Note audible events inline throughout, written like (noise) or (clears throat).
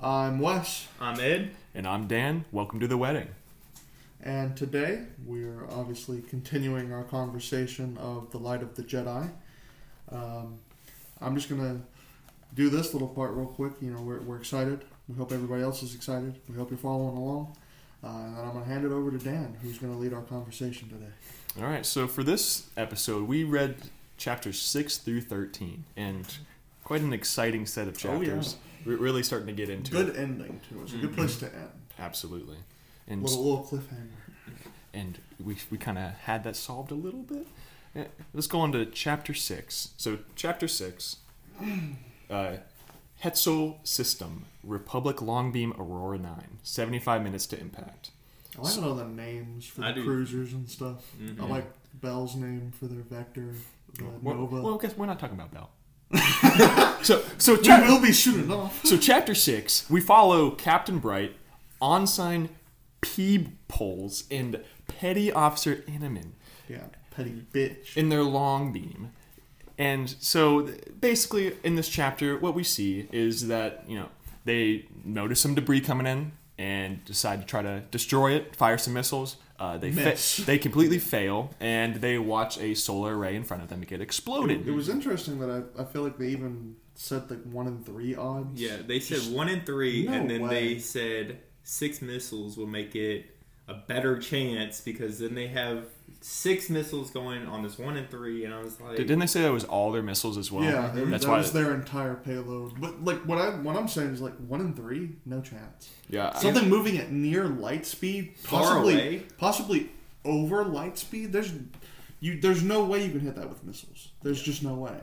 I'm Wes, I'm Ed. And I'm Dan. Welcome to the wedding. and today we are obviously continuing our conversation of the Light of the Jedi. Um, I'm just gonna do this little part real quick. You know, we're, we're excited. We hope everybody else is excited. We hope you're following along. Uh, and then I'm gonna hand it over to Dan, who's gonna lead our conversation today. All right, so for this episode, we read chapters 6 through 13, and quite an exciting set of Oh, yeah. chapters. We're really starting to get into it. Good ending too. It's a Mm-hmm. good place to end. Absolutely. And, Little little cliffhanger. and we, we kind of had that solved a little bit. Yeah, Let's go on to chapter 6. So, chapter 6 uh, Hetzel System, Republic Longbeam Aurora 9, 75 minutes to impact. I like to know the names for the I do. Mm-hmm. cruisers and stuff. I like Bell's name for their vector, the Well, Nova. well, guess we're not talking (laughs) about Bell. so, so we chapter. will be soon enough. So, chapter six, we follow Captain Bright, Ensign Peepoles, and Petty Officer Inman Yeah, petty bitch. in their long beam. And so, th- basically, in this chapter, what we see is that, you know, they notice some debris coming in and decide to try to destroy it, fire some missiles. Uh, they, Miss. fa- they completely fail, and they watch a solar array in front of them get exploded. It was interesting that I, I feel like they even said like one in three odds. Yeah, they said one in three, No and then way. they said six missiles will make it a better chance because then they have six missiles going on this one in three, and I was like, Didn't they say that was all their missiles as well? yeah, it- that's that why. was their entire payload. But like what I what I'm saying is like one in three, no chance. yeah, I- Something moving at near light speed, Far possibly away? possibly over light speed. There's you there's no way you can hit that with missiles. There's just no way.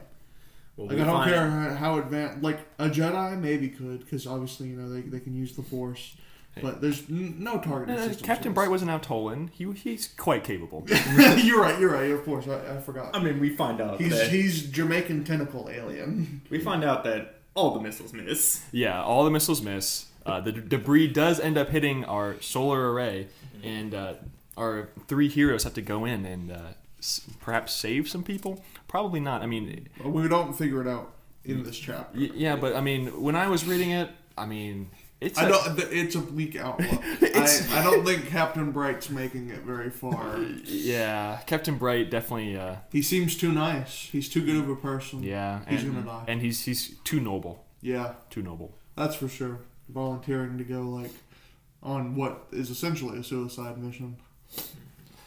well, Like we I don't find- care how, how advanced. Like a Jedi maybe could, because obviously you know they, they can use the Force, but there's n- no targeting Eh, Uh, system. Captain Bright wasn't out tolling. He he's quite capable. (laughs) (laughs) you're right. You're right. Of course, I, I forgot. I mean, we find out He's that he's Jamaican tentacle alien. we find out that all the missiles miss. yeah, all the missiles miss. Uh, the d- debris does end up hitting our solar array, Mm-hmm. and uh, our three heroes have to go in and uh, s- perhaps save some people. Probably not. I mean, We don't figure it out in this chapter. y- yeah, but I mean, when I was reading it, I mean, it's I a- don't. th- It's a bleak (laughs) outlook. I, I don't think Captain Bright's making it very (laughs) far. yeah, Captain Bright definitely. Uh, He seems too nice. He's too good of a person. yeah, He's and, gonna die. and he's he's too noble, Yeah, too noble. that's for sure. Volunteering to go like on what is essentially a suicide mission.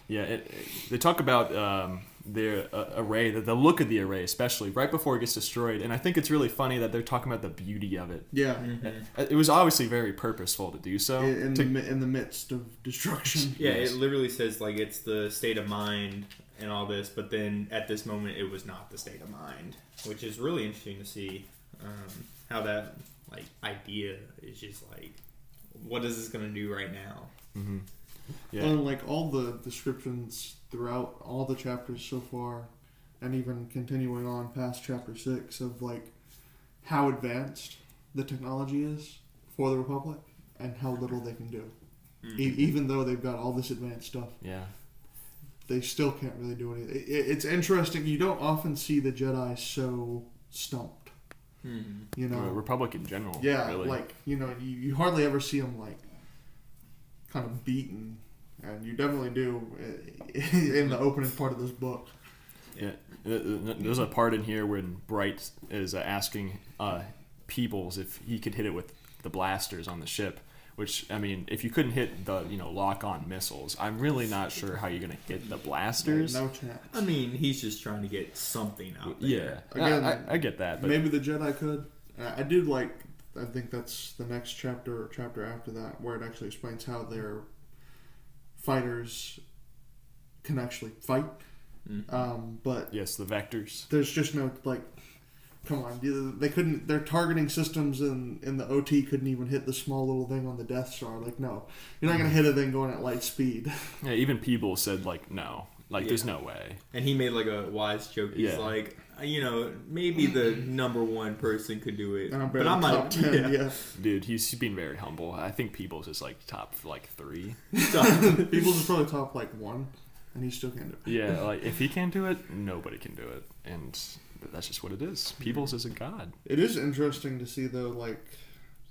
Yeah, it, it- they talk about um, their uh, array, the, the look of the array, especially right before it gets destroyed. And I think it's really funny that they're talking about the beauty of it. Yeah. Uh, It was obviously very purposeful to do so. In, in to- the, mi- in the midst of destruction. (laughs) Yeah, Yes. it literally says like it's the state of mind and all this, but then at this moment it was not the state of mind, which is really interesting to see um, how that like idea is just like, what is this gonna do right now? Yeah. And like all the descriptions throughout all the chapters so far, and even continuing on past chapter six of like how advanced the technology is for the Republic and how little they can do. E- even though they've got all this advanced stuff, yeah. they still can't really do anything. It, it- it's interesting. You don't often see the Jedi so stumped. You know, Uh, Republic in general. yeah, really. like you know, you, you hardly ever see them like kind of beaten, and you definitely do i- (laughs) in the opening part of this book. Yeah. Th- th- There's a part in here when Bright is uh, asking uh, Peebles if he could hit it with the blasters on the ship. Which I mean, if you couldn't hit the you know lock-on missiles, I'm really not sure how you're gonna hit the blasters. No chance. I mean, he's just trying to get something out. There. Yeah, I- Again, I, I get that, but Maybe the Jedi could. I, I did like. I think that's the next chapter, or chapter after that, where it actually explains how their fighters can actually fight. Mm-hmm. Um, but yes, the vectors. there's just no like come on they couldn't their targeting systems in in the ot couldn't even hit the small little thing on the death star like no you're not gonna hit a thing going at light speed Yeah, even Peebles said like no, like there's no way. and he made like a wise joke. He's Yeah. like, you know, maybe the number one person could do it, and i'm but barely I'm top (laughs) not. 10 yeah, Dude, he's being very humble. I think Peebles is like top like three. yeah. people just probably top like one and he still can't do it (laughs) Yeah, like if he can't do it, nobody can do it, Mm-hmm. and that's just what it is. Peebles is a god. it is interesting to see though like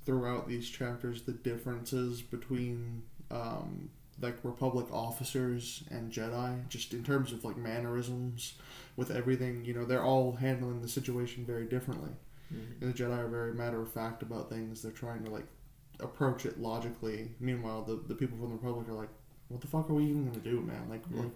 throughout these chapters the differences between um, like Republic officers and Jedi, just in terms of like mannerisms with everything. You know, they're all handling the situation very differently. Mhm. And the Jedi are very matter of fact about things. They're trying to like approach it logically. Meanwhile, the, the people from the Republic are like, "What the fuck are we even gonna do, man? Like, Yeah. like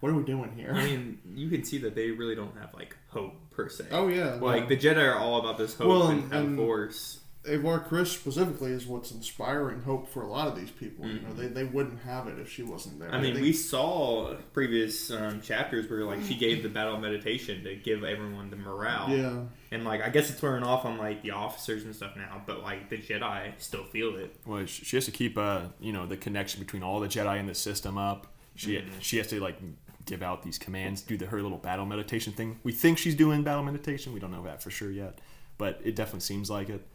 what are we doing here?" (laughs) I mean, you can see that they really don't have like hope per se. oh yeah, like the Jedi are all about this hope Well, and, and and- force. Avar Chris specifically is what's inspiring hope for a lot of these people. You know, they, they wouldn't have it if she wasn't there. Mm-hmm. I mean, think- we saw previous um, chapters where like she gave the battle meditation to give everyone the morale, yeah, and like I guess it's wearing off on like the officers and stuff now, but like the Jedi still feel it. Well, sh- she has to keep uh, you know the connection between all the Jedi and the system up. She she has to like give out these commands, do the, her little battle meditation thing. We think she's doing battle meditation. We don't know that for sure yet, but it definitely seems like it.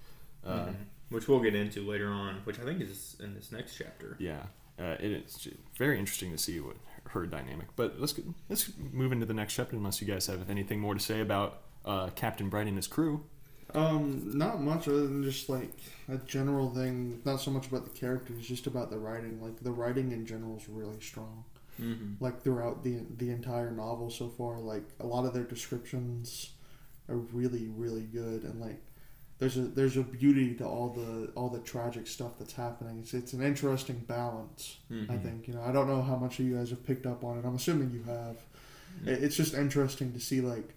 Uh, which we'll get into later on, which I think is in this next chapter. Yeah, uh, it is very interesting to see what her dynamic. But let's get, let's move into the next chapter. Unless you guys have anything more to say about uh, Captain Bright and his crew. um, not much other than just like a general thing. Not so much about the characters, just about the writing. Like the writing in general is really strong. Mm-hmm. Like throughout the the entire novel so far, like a lot of their descriptions are really really good, and like there's a there's a beauty to all the all the tragic stuff that's happening. It's it's an interesting balance. Mm-hmm. I think you know. I don't know how much of you guys have picked up on it. I'm assuming you have. Yeah. It- It's just interesting to see like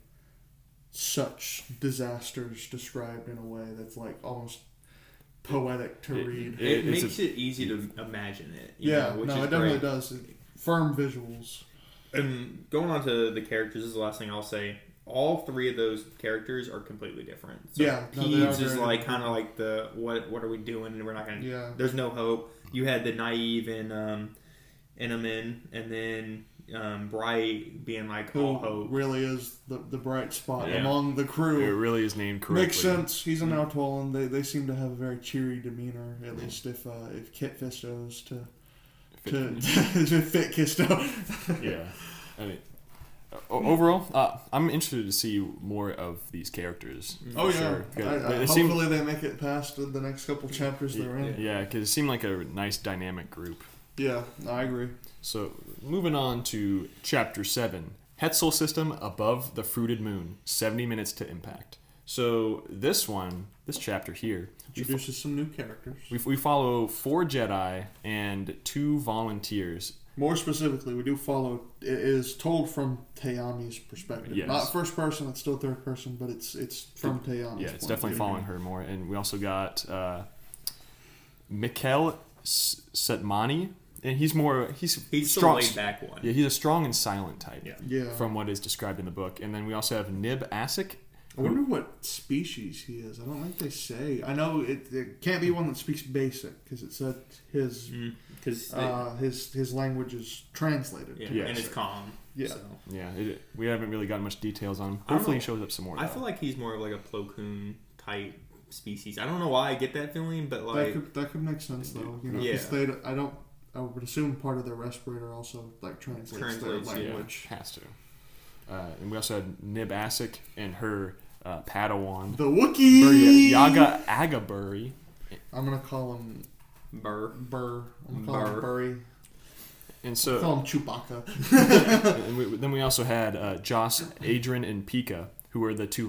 such disasters described in a way that's like almost poetic to It- read. It, It- it's makes it easy to imagine it. you yeah, know, which no, is it definitely great. does. Firm visuals. And going on to the characters, this is the last thing I'll say. All three of those characters are completely different. So Yeah, no, they are Peeves is very like different. kind of like the what what are we doing? And we're not gonna. Yeah, There's no hope. You had the naive and um, Inaman, and then um, Bright being like who all hope. really is the the bright spot Yeah. among the It crew. really is named correctly. Makes sense. He's an Mm-hmm. Mm. Altolan. They, they seem to have a very cheery demeanor, at least if uh, if Kit Fisto's to to, (laughs) to fit Kisto. (laughs) yeah. I mean, o- overall, uh, I'm interested to see more of these characters. for Oh yeah. sure. I, 'Cause I- it hopefully seemed- they make it past the next couple chapters they're in. yeah, because it seemed like a nice dynamic group. Yeah, I agree. So moving on to chapter seven, Hetzel system above the fruited moon, seventy minutes to impact. So this one, this chapter here, we, fo- Introduces some new characters. we, we follow four Jedi and two volunteers. More specifically, we do follow. It is told from Teyami's perspective, Yes. not first person. It's still third person, but it's it's from Teyami's. Yeah, it's point definitely of view. following her more. And we also got uh, Mikkel S- Setmani, and he's more he's He's the strong. laid back one. Yeah, he's a strong and silent type. Yeah. Yeah, From what is described in the book, and then we also have Nib Asik. I wonder what species he is. I don't think they say. I know it, it can't be one that speaks basic because it said his Mm-hmm. Because uh, his his language is translated. yeah, to yeah. and Basic. it's calm. Yeah. So. Yeah, it, we haven't really gotten much details on him. I don't Hopefully, know. he shows up some more. I though. feel like he's more of like a Plo Koon type species. I don't know why I get that feeling, but that like could that could make sense though. You know, Yeah. because they I don't I would assume part of their respirator also like translates, Translates, their yeah. language. has to. Uh, and we also had Nib Asik and her uh, Padawan The Wookiee. Burya- Yaga Agaburi. I'm gonna call him burr. Burr. I'm gonna call Burr. him Burry. And I'll (laughs) so, Call him Chewbacca. and we, then we also had uh, Joss, Adrian, and Pika, who were the two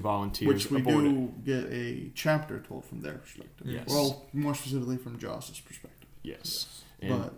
Which volunteers we aboard it. do get a chapter told from their perspective. Yes. Well, more specifically from Joss's perspective. Yes. And, But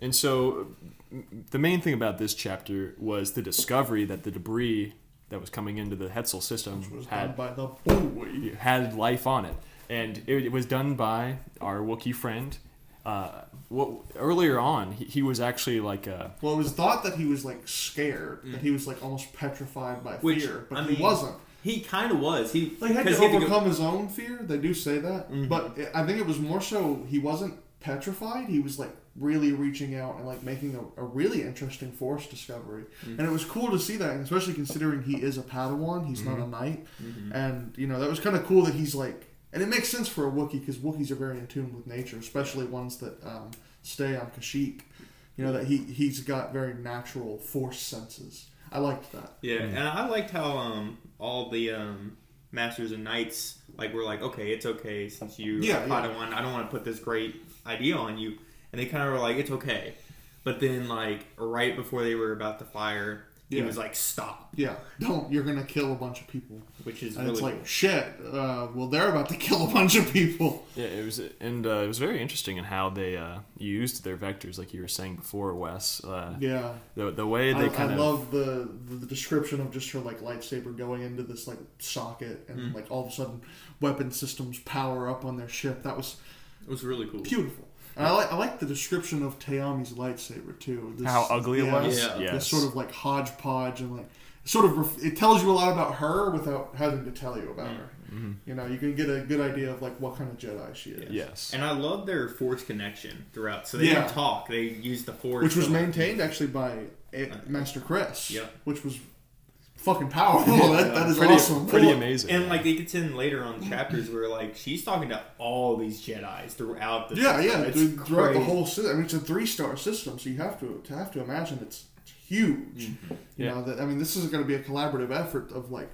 and so, m- the main thing about this chapter was the discovery that the debris that was coming into the Hetzel which system was done had by the boy. had life on it, and it, it was done by our Wookiee friend. Uh, what, earlier on, he, he was actually like uh, a Well, it was thought that he was like scared, that he was like almost petrified by Mm. Which, fear, but I he mean, wasn't. He kind of was. He Like, he had 'cause to he had to go- Mm-hmm. overcome his own fear. They do say that, but it, I think it was more so he wasn't petrified. He was like really reaching out and like making a, a really interesting force discovery, Mm-hmm. and it was cool to see that, and especially considering he is a Padawan. He's Mm-hmm. not a knight, and you know that was kind of cool that he's like, and it makes sense for a Wookiee because Wookiees are very in tune with nature, especially ones that um, stay on Kashyyyk. You know that he he's got very natural Mm. force senses. I liked that. Yeah, and I liked how um all the um masters and knights, like we're like, okay, it's okay since you Yeah, are yeah. Padawan, I don't want to put this great idea on you, and they kind of were like, it's okay, but then like right before they were about to fire, he Yeah. was like, stop, Yeah, don't. You're gonna kill a bunch of people. which is And really it's cool. like shit. Uh, well, they're about to (laughs) kill a bunch of people. Yeah, it was, and uh, it was very interesting in how they uh, used their vectors, like you were saying before, Wes. Uh, Yeah, the, the way I, they I kind of love the, the description of just her like lightsaber going into this like socket, and Mm. like all of a sudden, weapon systems power up on their ship. That was It was really cool. beautiful. And I like I like the description of Tayami's lightsaber too. This, how ugly it yeah, was. Yeah. This sort of like hodgepodge and like sort of ref- it tells you a lot about her without having to tell you Mm. about her. You know, you can get a good idea of like what kind of Jedi she is. Mm-hmm. yes. And I love their force connection throughout. So they Yeah. didn't talk; they used the force, which was to, like, maintained actually by A- Master Chris. Uh, Yeah. which was fucking powerful. that, that is pretty, awesome. Pretty Well, amazing. And like it gets in later on chapters where like she's talking to all these Jedi's throughout the Yeah, system. yeah. It's dude, throughout the crazy. whole system, I mean, it's a three-star system, so you have to to have to imagine it's it's huge. Mm-hmm. You Yeah. know, that, I mean, this is going to be a collaborative effort of like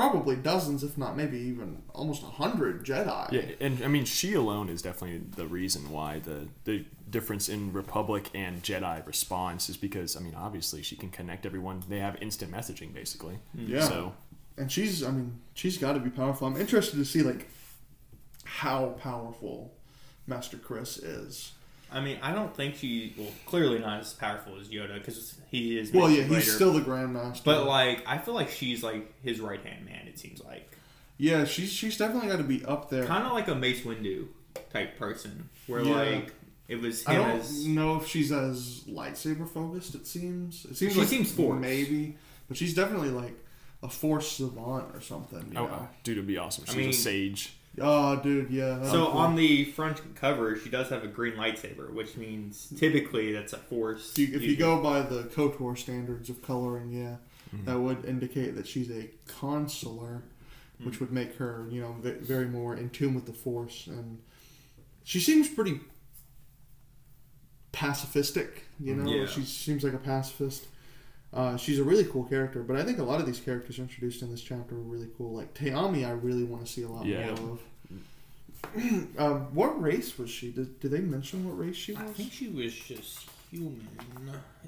probably dozens, if not maybe even almost a hundred Jedi. Yeah, and I mean, she alone is definitely the reason why the the difference in Republic and Jedi response is because I mean, obviously she can connect everyone. They have instant messaging basically. Yeah. So and she's i mean she's got to be powerful i'm interested to see like how powerful master chris is I mean, I don't think she well clearly not as powerful as Yoda because he is. well yeah mentioned he's later. still the grandmaster But like, I feel like she's like his right hand man. It seems like yeah she's she's definitely got to be up there kind of like a Mace Windu type person, where Yeah. like it was i him don't as know if she's as lightsaber focused it seems it seems She like seems force. maybe but she's definitely like a force savant or something you oh, know? dude, it'd be awesome. She's mean- a sage. oh dude yeah that'd So be cool. on the front cover, she does have a green lightsaber, which means typically that's a force. if you, if you user. go by the KOTOR standards of coloring, yeah, that would indicate that she's a consular, which would make her, you know, ve- very more in tune with the Force. And she seems pretty pacifistic, you know? Yeah. She seems like a pacifist. Uh, she's a really cool character, but I think a lot of these characters introduced in this chapter were really cool. Like Tayami, I really want to see a lot Yeah. more of. (clears throat) um, what race was she? Did, did they mention what race she was? I think she was just human.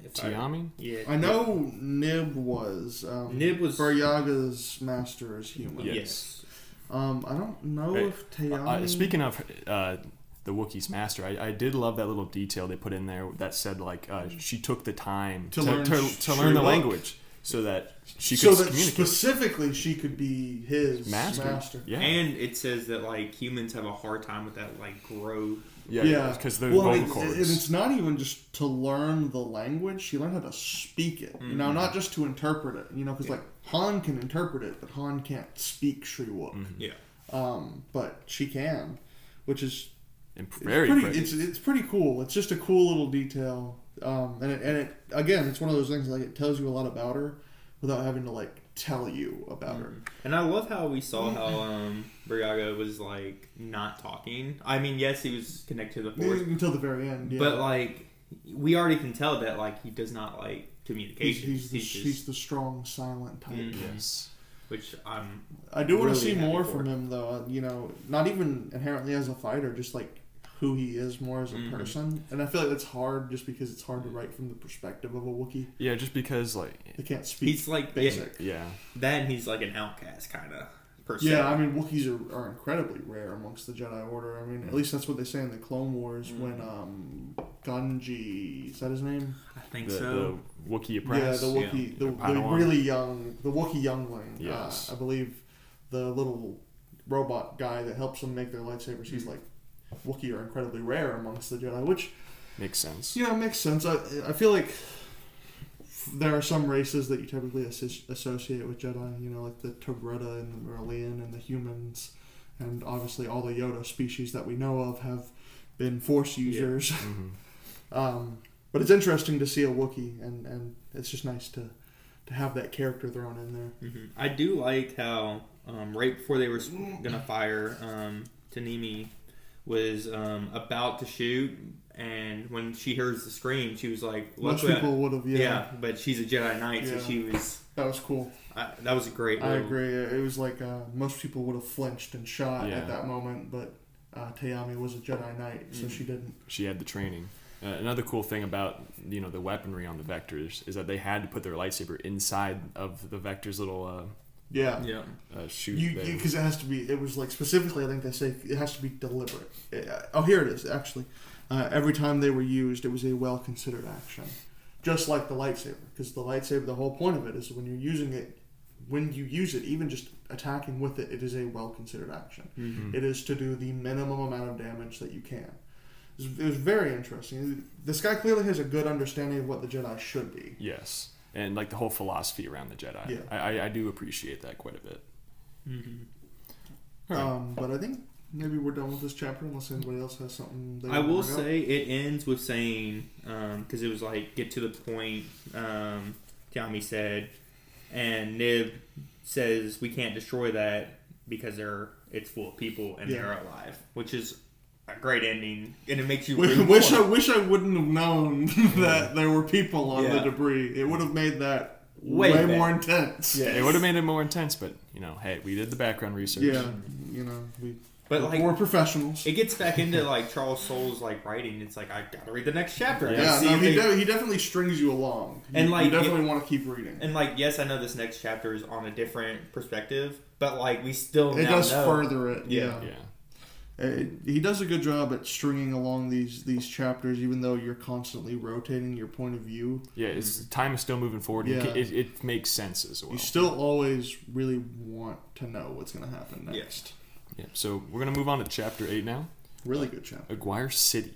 If I, Tiami. yeah, I know Nib was. Um, Nib was- Baryaga's master is human. Yeah. Yes. Um, I don't know Hey, if Tayami. Uh, speaking of uh, the Wookiee's master, I, I did love that little detail they put in there that said like uh, she took the time Mm. To to, learn to, Sh- to learn the Shrilock. language so that she so could that communicate. specifically she could be his master. master. Yeah. And it says that like humans have a hard time with that like growth. yeah, because the well, vocal it- cords. and it's not even just to learn the language. She learned how to speak it. You Mm-hmm. know, not just to interpret it. You know, because like Han can interpret it, but Han can't speak Shriwook. Mm-hmm. Yeah. Um, but she can, which is Imp- It's very pretty, pretty. It's it's pretty cool. It's just a cool little detail, um, and it, and it again, it's one of those things like it tells you a lot about her without having to like tell you about her. And I love how we saw how Mm-hmm. um Briaga was like not talking. I mean, yes, he was connected to the force, Until the very end, yeah. Mm-hmm. but like we already can tell that like he does not like he's, communication. he's, the, He's just- he's the strong, silent type. Mm. yes. which I'm I do want to Really see happy more for from it. him, though. Uh, You know, not even inherently as a fighter, just like who he is more as a Mhm. person. And I feel like that's hard, just because it's hard to write from the perspective of a Wookiee. Yeah, just because like They can't speak. he's like yeah, basic. yeah, then he's like an outcast kind of person. Yeah, I mean, Wookiees are, are incredibly rare amongst the Jedi Order. I mean, Mm. at least that's what they say in the Clone Wars when um, Gunji is that his name? I think the, so. the Wookiee apprentice. yeah, the Wookiee, the, The the Padawan. really young, the Wookiee youngling. Yes. Uh, I believe the little robot guy that helps them make their lightsabers. Mm. He's like, Wookiee are incredibly rare amongst the Jedi, which Makes sense. yeah, it makes sense. I I feel like there are some races that you typically associ- associate with Jedi. You know, like the Togreta and the Merlian and the humans, and obviously all the Yoda species that we know of have been Force users. (laughs) Mhm. um, but it's interesting to see a Wookiee, and and it's just nice to to have that character thrown in there. hmm I do like how um, right before they were s- gonna fire, um, Tanimi was um, about to shoot, And when she hears the scream, she was like, Most "Luckily I- people would have, yeah, yeah. but she's a Jedi Knight, so Yeah. she was. That was cool. I, that was a great. I little- agree. It it was like uh, most people would have flinched and shot Yeah. at that moment, but uh, Tayami was a Jedi Knight, so Mhm. she didn't. she had the training. Uh, another cool thing about you know the weaponry on the vectors is that they had to put their lightsaber inside of the vector's little Yeah. Yeah, uh, uh, chute. You there. because it has to be. It was like specifically. I think they say it has to be deliberate. Uh, oh, here it is. Actually, uh, every time they were used, it was a well considered action, just like the lightsaber. Because the lightsaber, the whole point of it is when you're using it, when you use it, even just attacking with it, it is a well considered action. Mhm. It is to do the minimum amount of damage that you can. It was, it was very interesting. This guy clearly has a good understanding of what the Jedi should be. yes, and like the whole philosophy around the Jedi. Yeah. I, I, I do appreciate that quite a bit. Mm-hmm. All right. Um, but I think maybe we're done with this chapter unless anybody else has something. They I wanna will bring up. say it ends with saying because it was like get to the point. Um, Tommy said, and Nib says we can't destroy that because they're it's full of people and Yeah. they're alive, which is a great ending, and it makes (laughs) you Wish, root wish for I it. wish I wouldn't have known (laughs) that there were people on the Yeah. debris. It would have made that way, Way better. more intense. (laughs) Yeah. It would have made it more intense, but you know, hey, we did the background research. yeah. You know, we But like we're professionals. (laughs) it gets back into like Charles Soule's like writing. It's like I gotta read the next chapter. I gotta yeah, see no, if he, they- de- he definitely strings you along. You- And, like, you it- definitely want to keep reading. And like, yes, I know this next chapter is on a different perspective, but like, we still it now does know. further it. Yeah, Yeah. yeah. It- he does a good job at stringing along these these chapters, even though you're constantly rotating your point of view. Yeah, it's time is still moving forward. and Mm-hmm. Yeah. It, it, it makes sense as well. You still always really want to know what's going to happen next. Yes. yeah. So we're gonna move on to chapter eight now. Really good chapter. Aguirre City,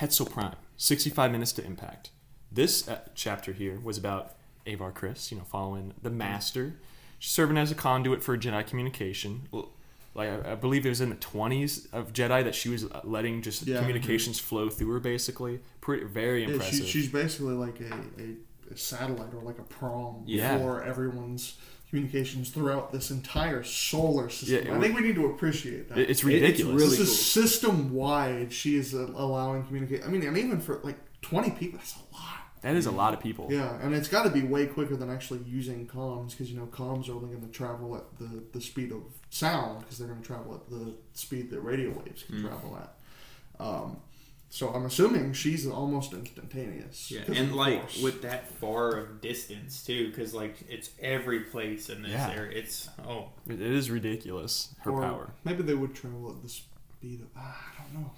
Hetzel Prime, 65 minutes to impact. This uh, chapter here was about Avar Chris, you know, following the master, serving as a conduit for Jedi communication. L- Like I, I believe it was in the 20s of Jedi that she was uh, letting just Yeah. communications flow through her, basically. Pretty, very Yeah, impressive. she, she's basically like a, a, a satellite or like a prom Yeah. for everyone's communications throughout this entire solar system. Yeah, it I think we need to appreciate that. It- it's It- it's ridiculous. really- this is system wide. She is uh, allowing communication. I mean, and even for like twenty people, that's a lot. that is a lot of people. Yeah, and it's got to be way quicker than actually using comms because you know comms are only going to travel at the, the speed of sound because they're going to travel at the speed that radio waves Mm. can travel at. Um, so I'm assuming she's almost instantaneous. Yeah, 'Cause and of like course. with that far of distance too, because like it's every place in this Yeah. area. It's oh, It it is ridiculous, her Or power. Maybe they would travel at the speed of ah, I don't know.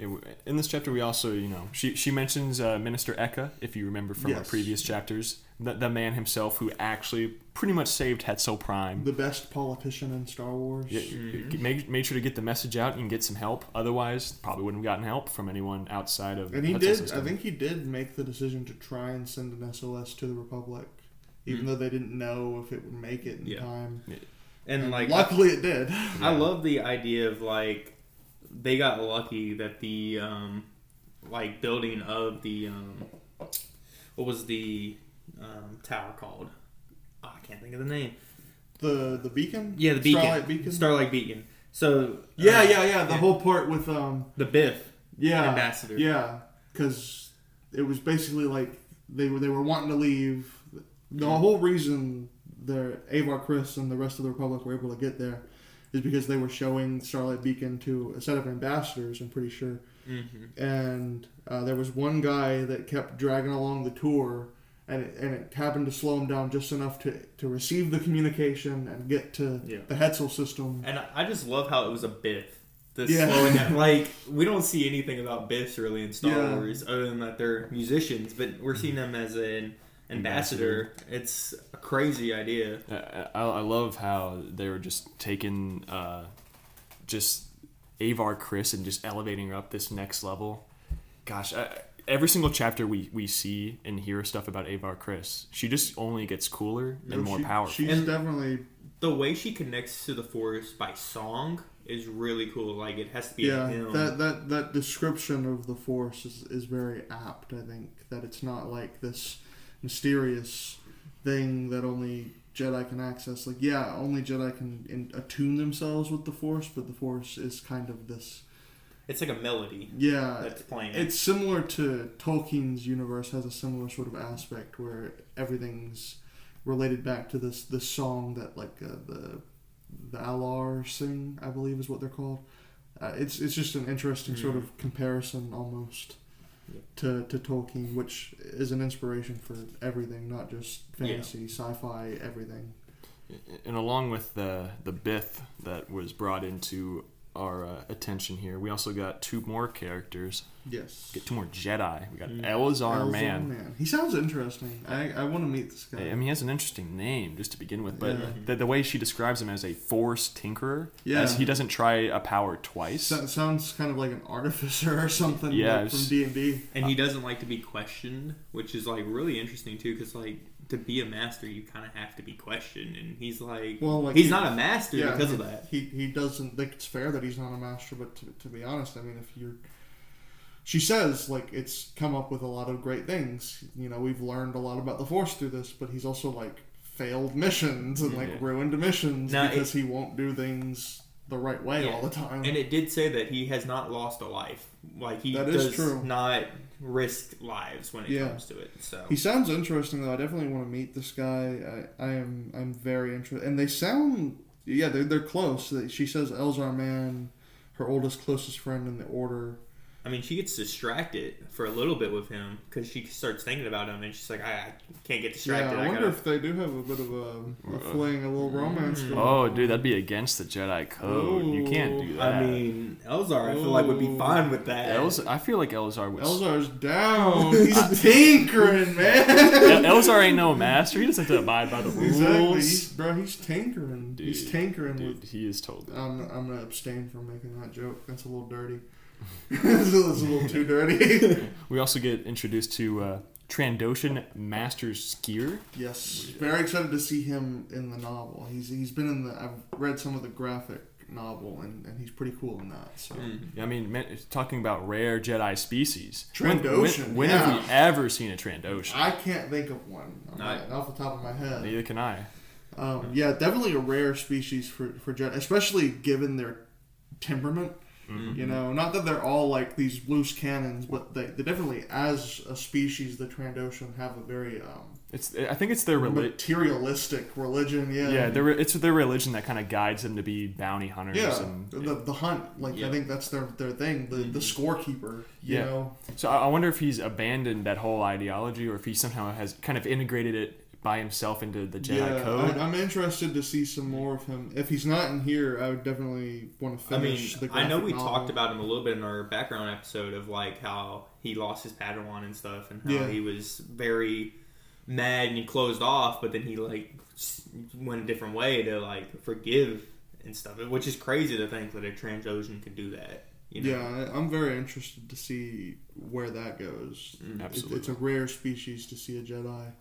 It w- In this chapter, we also, you know, she, she mentions uh, Minister Eka, if you remember from our Yes. previous chapters, the, the man himself who actually pretty much saved Hetzel Prime. The best politician in Star Wars. Yeah, g- Make, make sure to get the message out and get some help. Otherwise, probably wouldn't have gotten help from anyone outside of And he Hetzel's did. system. I think he did make the decision to try and send an SOS to the Republic, even though they didn't know if it would make it in Mm. Yeah. time. Mm, and like luckily it did. I love the idea of like they got lucky that the um like building of the um what was the um tower called? Oh, I can't think of the name. The the beacon. Yeah, the beacon. Starlight beacon. Starlight beacon. So yeah, uh, yeah, yeah. The yeah. whole part with um, the Biff yeah, ambassador. Yeah, because it was basically like they were they were wanting to leave. The whole reason the Avar Chris and the rest of the Republic were able to get there is because they were showing Starlight Beacon to a set of ambassadors. I'm pretty sure, Mm-hmm. and uh, there was one guy that kept dragging along the tour. And it, and it happened to slow him down just enough to, to receive the communication and get to Yeah. the Hetzel system. And I- I just love how it was a Biff. This Yeah. slowing (laughs) down. Like, we don't see anything about Biffs really in Star Yeah. Wars other than that they're musicians, but we're seeing them as an ambassador. It's a crazy idea. Uh, I, I I love how they were just taking uh, just Avar Chris and just elevating her up this next level. Gosh, I, every single chapter we, we see and hear stuff about Avar Chris, she just only gets cooler and You know, more she- powerful. She's And- definitely The way she connects to the Force by song is really cool. Like, it has to be yeah a hymn. that, that that description of the force is, is very apt i think that it's not like this mysterious thing that only jedi can access like yeah only jedi can in, attune themselves with the force but the force is kind of this It's like a melody Yeah, that's playing. it's similar to Tolkien's universe has a similar sort of aspect where everything's related back to this this song that like uh, the the Alar sing, I believe is what they're called. Uh, it's it's just an interesting sort Mm-hmm. of comparison almost Yep. to to Tolkien, which is an inspiration for everything, not just Yeah. fantasy, sci-fi, everything. And along with the the Bith that was brought into our uh, attention here, we also got two more characters. Yes. Get two more Jedi. We got Mm. Elzar, Elzar Man. He sounds interesting. I, I want to meet this guy. I mean, he has an interesting name just to begin with, but Yeah. the, the way she describes him as a force tinkerer, Yeah. as he doesn't try a power twice. So- sounds kind of like an artificer or something Yeah, like, it's- from D and D. and he doesn't like to be questioned, which is like really interesting too, because like to be a master, you kind of have to be questioned, and he's like, Well, like he's he- not a master Yeah, because of he- that. He he doesn't think it's fair that he's not a master. But to, to be honest, I mean, if you're, she says like it's come up with a lot of great things. You know, we've learned a lot about the Force through this. But he's also like failed missions and like Yeah. ruined missions Now, because he won't do things the right way Yeah. all the time. And it did say that he has not lost a life. Like he That is does true. not risk lives when it Yeah. comes to it. So He sounds interesting, though. I definitely want to meet this guy. I, I am I'm very interested, and they sound yeah they're they're close. They- She says Elzar Man, her oldest closest friend in the order. I mean, she gets distracted for a little bit with him because she starts thinking about him, and she's like, I, I can't get distracted. yeah, I, wonder gotta- if they do have a bit of a, a fling, a little romance. Going Uh, oh, on. dude, that'd be against the Jedi code. you can't do that. I mean, Elzar, I feel like would be Ooh. fine with that. Elz- I feel like Elzar would. Elzar's down. He's tinkering, (laughs) man. El- Elzar ain't no master. He doesn't have to abide by the rules. exactly, he's, bro. He's tinkering. he's Dude, tinkering with Dude, he is totally. I'm, I'm gonna abstain from making that joke. That's a little dirty. (laughs) That's a little too dirty. (laughs) We also get introduced to uh, Trandoshan Master Skier. yes, very excited to see him in the novel. He's he's been in the. I've read some of the graphic novel, and, and he's pretty cool in that. So Mm. I mean, man, it's talking about rare Jedi species. Trandoshan, When, when, when yeah. have we ever seen a Trandoshan? I can't think of one on I- my- off the top of my head. Neither can I. Um, yeah, definitely a rare species for for Jedi, especially given their temperament. You know, not that they're all like these loose cannons, but they, they definitely, as a species, the Trandoshan have a very um, It's. I think it's their religion. materialistic religion. Yeah, Yeah, their, re- it's their religion that kind of guides them to be bounty hunters. yeah. And, The, the hunt, like Yeah. Mm-hmm. I think that's their their thing. The the scorekeeper, you Yeah. know. so I I wonder if he's abandoned that whole ideology, or if he somehow has kind of integrated it by himself into the Jedi yeah, code. I, am interested to see some more of him. If he's not in here, I would definitely want to I mean, finish. the I know graphic we novel. talked about him a little bit in our background episode of like how he lost his Padawan and stuff, and how Yeah. he was very mad and he closed off, but then he like s- went a different way to like forgive and stuff, which is crazy to think that a Trandoshan could do that. You know? Yeah, I- I'm very interested to see where that goes. Mm, It- Absolutely. it's a rare species to see a Jedi,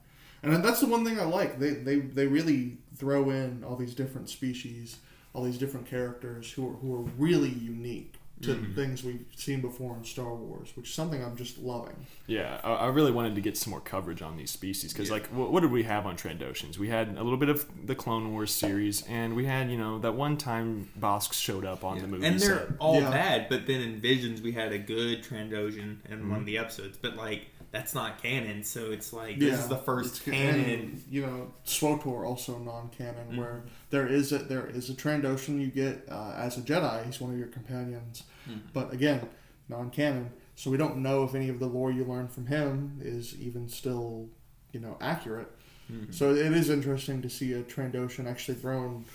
and that's the one thing I like. They they, they really throw in all these different species, all these different characters who are, who are really unique to Mm-hmm. things we've seen before in Star Wars, which is something I'm just loving. Yeah, I, I really wanted to get some more coverage on these species because, like, what, what did we have on Trandoshans? We had a little bit of the Clone Wars series, and we had, you know, that one time Bosk showed up on the movie and they're set. all Yeah. bad, but then in Visions we had a good Trandoshan in Mm-hmm. one of the episodes, but like that's not canon, so it's like this is the first it's- canon. and, you know, SWTOR also non-canon, Mm-hmm. where there is a there is a Trandoshan you get uh, as a Jedi. He's one of your companions, Mm-hmm. but again, non-canon. So we don't know if any of the lore you learn from him is even still, you know, accurate. Mm-hmm. So it is interesting to see a Trandoshan actually thrown,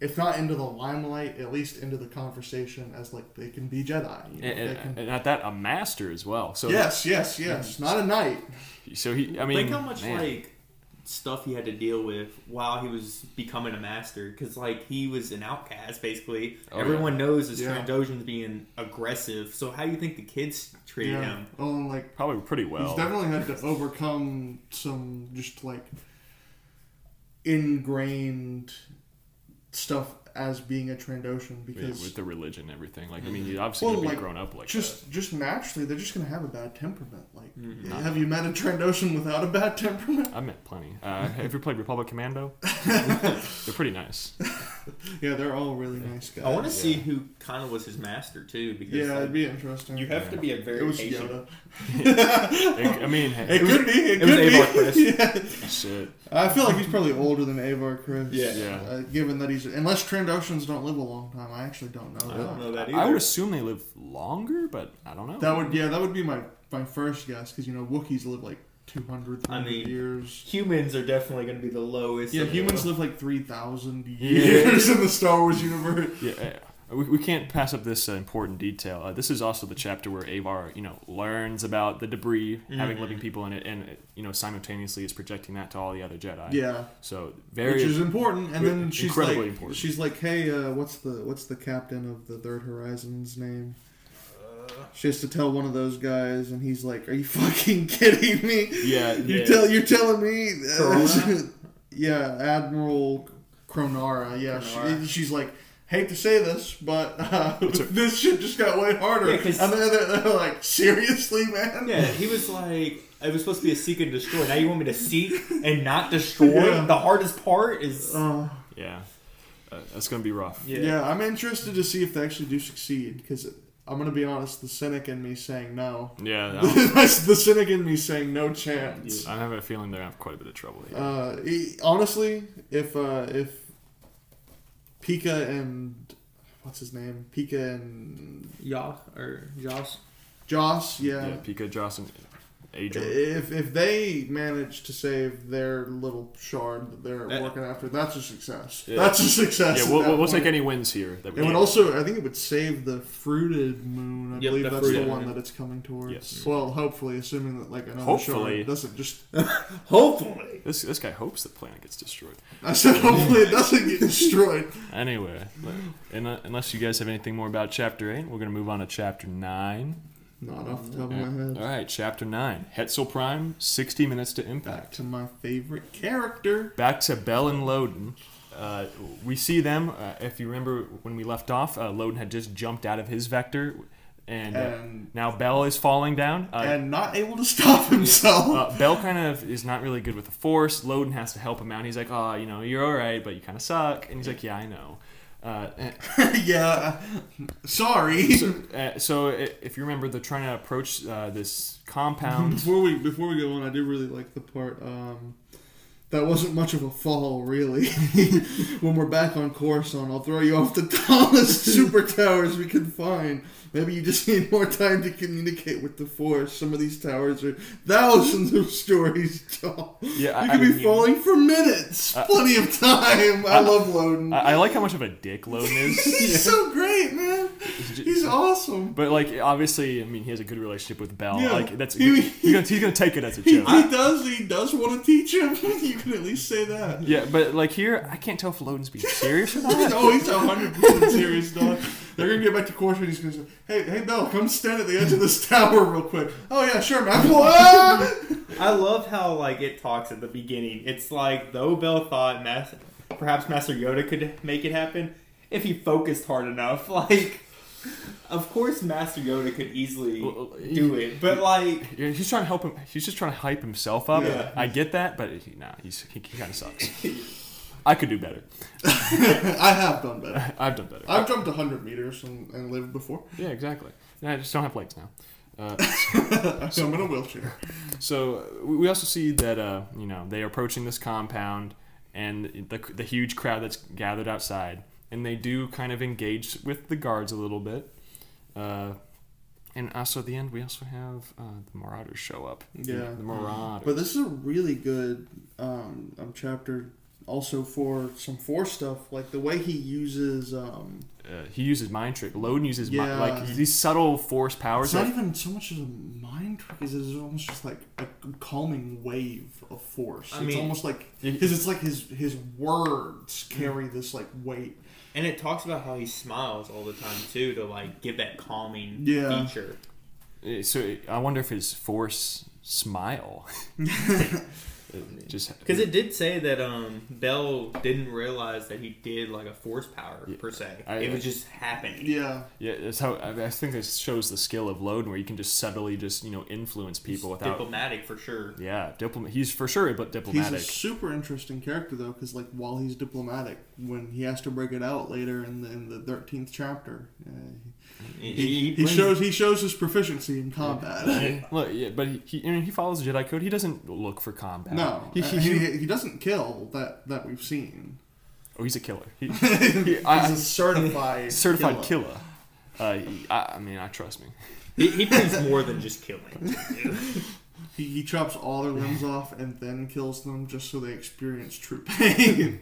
if not into the limelight, at least into the conversation as like they can be Jedi. you know, And, they can- and, and at that, a master as well. So, Mm-hmm. yes, yes, yes. Not a knight. so he, I mean, think how much man. like stuff he had to deal with while he was becoming a master because like he was an outcast basically Oh, yeah. everyone knows this Yeah. Trandoshan's being aggressive so how do you think the kids treat him Oh, and like probably pretty well. He's definitely had to overcome some just like ingrained stuff as being a Trandoshan with- because Mm-hmm. with the religion and everything, like I mean, he's obviously Well, gonna be like, grown up like just just naturally they're just gonna have a bad temperament. Like, have you met a Trandoshan without a bad temperament? that. I met plenty. Uh, have you played Republic Commando? They're pretty nice. (laughs) yeah, they're all really nice guys. I want to Yeah. see who kind of was his master too, because Yeah, like, it'd be interesting. you have to be a very it was patient. Yoda. I mean, hey, It, was- could be. It, it was could be. Avar (laughs) Yeah. shit. I feel like he's probably older than Avar Chris. Yeah. Yeah. Uh, given that he's unless Trandoshans don't live a long time, I actually don't know. I that. don't know that either. I would assume they live longer, but I don't know. That would yeah, that would be my my first guess because you know Wookiees live like 200 I 300 mean, years. humans are definitely going to be the lowest. Yeah, of the humans low. live like (laughs) 3,000 years in the Star Wars universe. Yeah, uh, we, we can't pass up this uh, important detail. Uh, this is also the chapter where Avar, you know, learns about the debris having Mhm. Mm-hmm. living people in it, and uh, you know, simultaneously is projecting that to all the other Jedi. Yeah, So very which is important. And then she's like, Incredibly important. she's like, hey, uh, what's the what's the captain of the Third Horizon's name? Uh. She has to tell one of those guys, and he's like, "Are you (laughs) fucking kidding me? yeah. (laughs) You Yeah. tell you're telling me, uh, Corona? (laughs) yeah, Admiral Cronara. Yeah, Cronara. She, she's like, hate to say this, but (laughs) uh, It's a- this shit just got way harder. Yeah, 'cause- and then they're, they're like, seriously, man. Yeah, he was like, it was supposed to be a seek and destroy. Now you want me to seek and (laughs) not destroy? Yeah. The hardest part is. Uh, yeah. Uh, that's gonna be rough. yeah. I'm interested to see if they actually do succeed because I'm gonna be honest, the cynic in me saying no, Yeah, I, don't- that's (laughs) the cynic in me saying no chance. I have a feeling they're gonna have quite a bit of trouble here. Uh, e- honestly, if uh, if Pika and what's his name, Pika and Yah or Joss. Joss, yeah. yeah, Pika, Joss, and Adrian. If if they manage to save their little shard that they're That- working after, that's a success. Yeah. That's a success. yeah, at we'll, that we'll, we'll point. take any wins here. That we It would can. also, I think, it would save the fruited moon. I Yep, believe the that's the fruited one moon. that it's coming towards. Mm-hmm. Yes. Well, hopefully, assuming that like another Hopefully. shard doesn't just. (laughs) Hopefully. This this guy hopes the planet gets destroyed. I said hopefully it doesn't get destroyed. (laughs) Anyway, le- un- unless you guys have anything more about chapter 8, we're going to move on to chapter 9. Not off the top of Yeah. my head. All right, chapter 9. Hetzel Prime, 60 minutes to Back impact. to my favorite character. Back to Bell and Loden. Uh, we see them, uh, if you remember when we left off, uh, Loden had just jumped out of his vector, and uh, And- now Bell is falling down. Uh, and not able to stop himself. uh, Bell kind of is not really good with the force. Loden has to help him out. He's like, oh, you know, you're all right, but you kind of suck. And he's like, yeah, I know. Uh, and- (laughs) yeah. Sorry. so, uh, so i- if you remember, they're trying to approach uh, this (laughs) compound. Before we before we go on, I do really like the part. Um, that wasn't much of a fall, really. (laughs) when we're back on Coruscant, I'll throw you off the (laughs) tallest super towers we can find. Maybe you just (laughs) need more time to communicate with the Force. Some of these towers are thousands of stories tall. Yeah, You I, could I, be falling for minutes. Plenty of time. I, I- love Loden. I, I like how much of a dick Loden is. (laughs) He's so great, man. He's awesome. But like, obviously, I mean, he has a good relationship with Bell. Yeah. Like, that's He- (laughs) he's gonna, he's gonna take it as a He, he joke. does. He does want to teach him. (laughs) you can at least say that. yeah, but like here, I can't tell if Loden's being serious or not. oh, he's hundred percent serious, dog. They're gonna get back to course and he's gonna say, "Hey, hey, Bell, come stand at the edge of this (laughs) tower real quick." Oh yeah, sure, man. (laughs) What? I love how like it talks at the beginning. It's like though Bell thought Mas- perhaps Master Yoda could make it happen if he focused hard enough. (laughs) Like, of course Master Yoda could easily Well, he- do it, but like Yeah, He's trying to help him. He's just trying to hype himself up. Yeah. I get that, but he, nah, he's he, he kind (laughs) of sucks. I could do better. I have done better. I've done better. I've jumped hundred meters and, and lived (laughs) before. yeah, exactly. I just don't have legs now. Uh, So I'm in a wheelchair. So uh, we we also see that uh, you know they are approaching this compound and the, the huge crowd that's gathered outside, and they do kind of engage with the guards a little bit. Uh, and also at the end, we also have uh, the Marauders show up. Yeah. the Marauders. But this is a really good um, um, chapter, also for some force stuff, like the way he uses. Um, uh, he uses mind trick. Loden uses Yeah. mi- like these subtle force powers. it's not That, even so much as a mind trick; as it is almost just like a calming wave of force. I it's mean- almost like Yeah, he- Because it's like his his words carry this like weight. And it talks about how he smiles all the time too to like give that calming Yeah. feature. (laughs) Eh, uh, so I wonder if his force smile It just Because it did say that um, Bell didn't realize that he did like a force power Yeah. per se. I- it was I- just happening. Yeah. yeah, that's how I I think this shows the skill of Loden, where you can just subtly just you know influence people It's without. diplomatic for sure. yeah, diplomat. He's for sure, but diplomatic. He's a super interesting character though, because like while he's diplomatic, when he has to break it out later in the in the thirteenth chapter, uh, Mm-hmm. He, he, he brings- shows he shows his proficiency in combat. Look, yeah, but he he, I mean, he follows the Jedi code. He doesn't look for combat. no, he, uh, he, he, he- he, doesn't kill that that we've seen. oh, he's a killer. (laughs) He, he's I- I- a certified (laughs) certified killer. killer. Uh, he- I, I mean, I trust me. he, he brings more than just killing. He, he chops all their limbs off and then kills them just so they experience (laughs) true pain.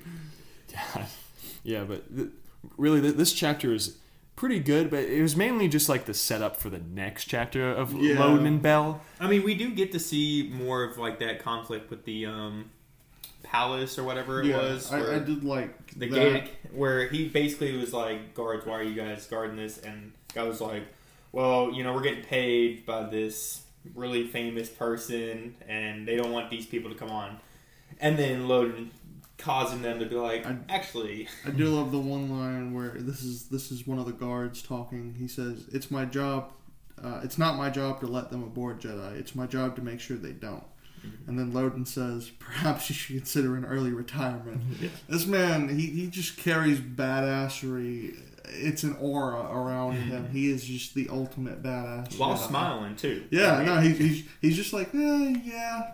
Yeah, (laughs) yeah, but th- really, th- this chapter is pretty good. But it was mainly just like the setup for the next chapter of Yeah. Loden and Bell. I mean, we do get to see more of like that conflict with the um, palace or whatever it yeah, was. I, where I did like the that. Gaelic, where he basically was like, "Guards, why are you guys guarding this?" And guy was like, "Well, you know, we're getting paid by this really famous person, and they don't want these people to come on." And then Loden causing them to be like, I- "Actually, I do love the one line where this is this is one of the guards talking. He says, "It's my job. Uh, it's not my job to let them aboard Jedi. It's my job to make sure they don't." Mm-hmm. And then Loden says, "Perhaps you should consider an early (laughs) retirement." This man, he, he just carries badassery. It's an aura around Mm-hmm. him. He is just the ultimate badass. while Jedi. smiling too." Yeah, I mean, no, he's, he's he's just like, eh, yeah,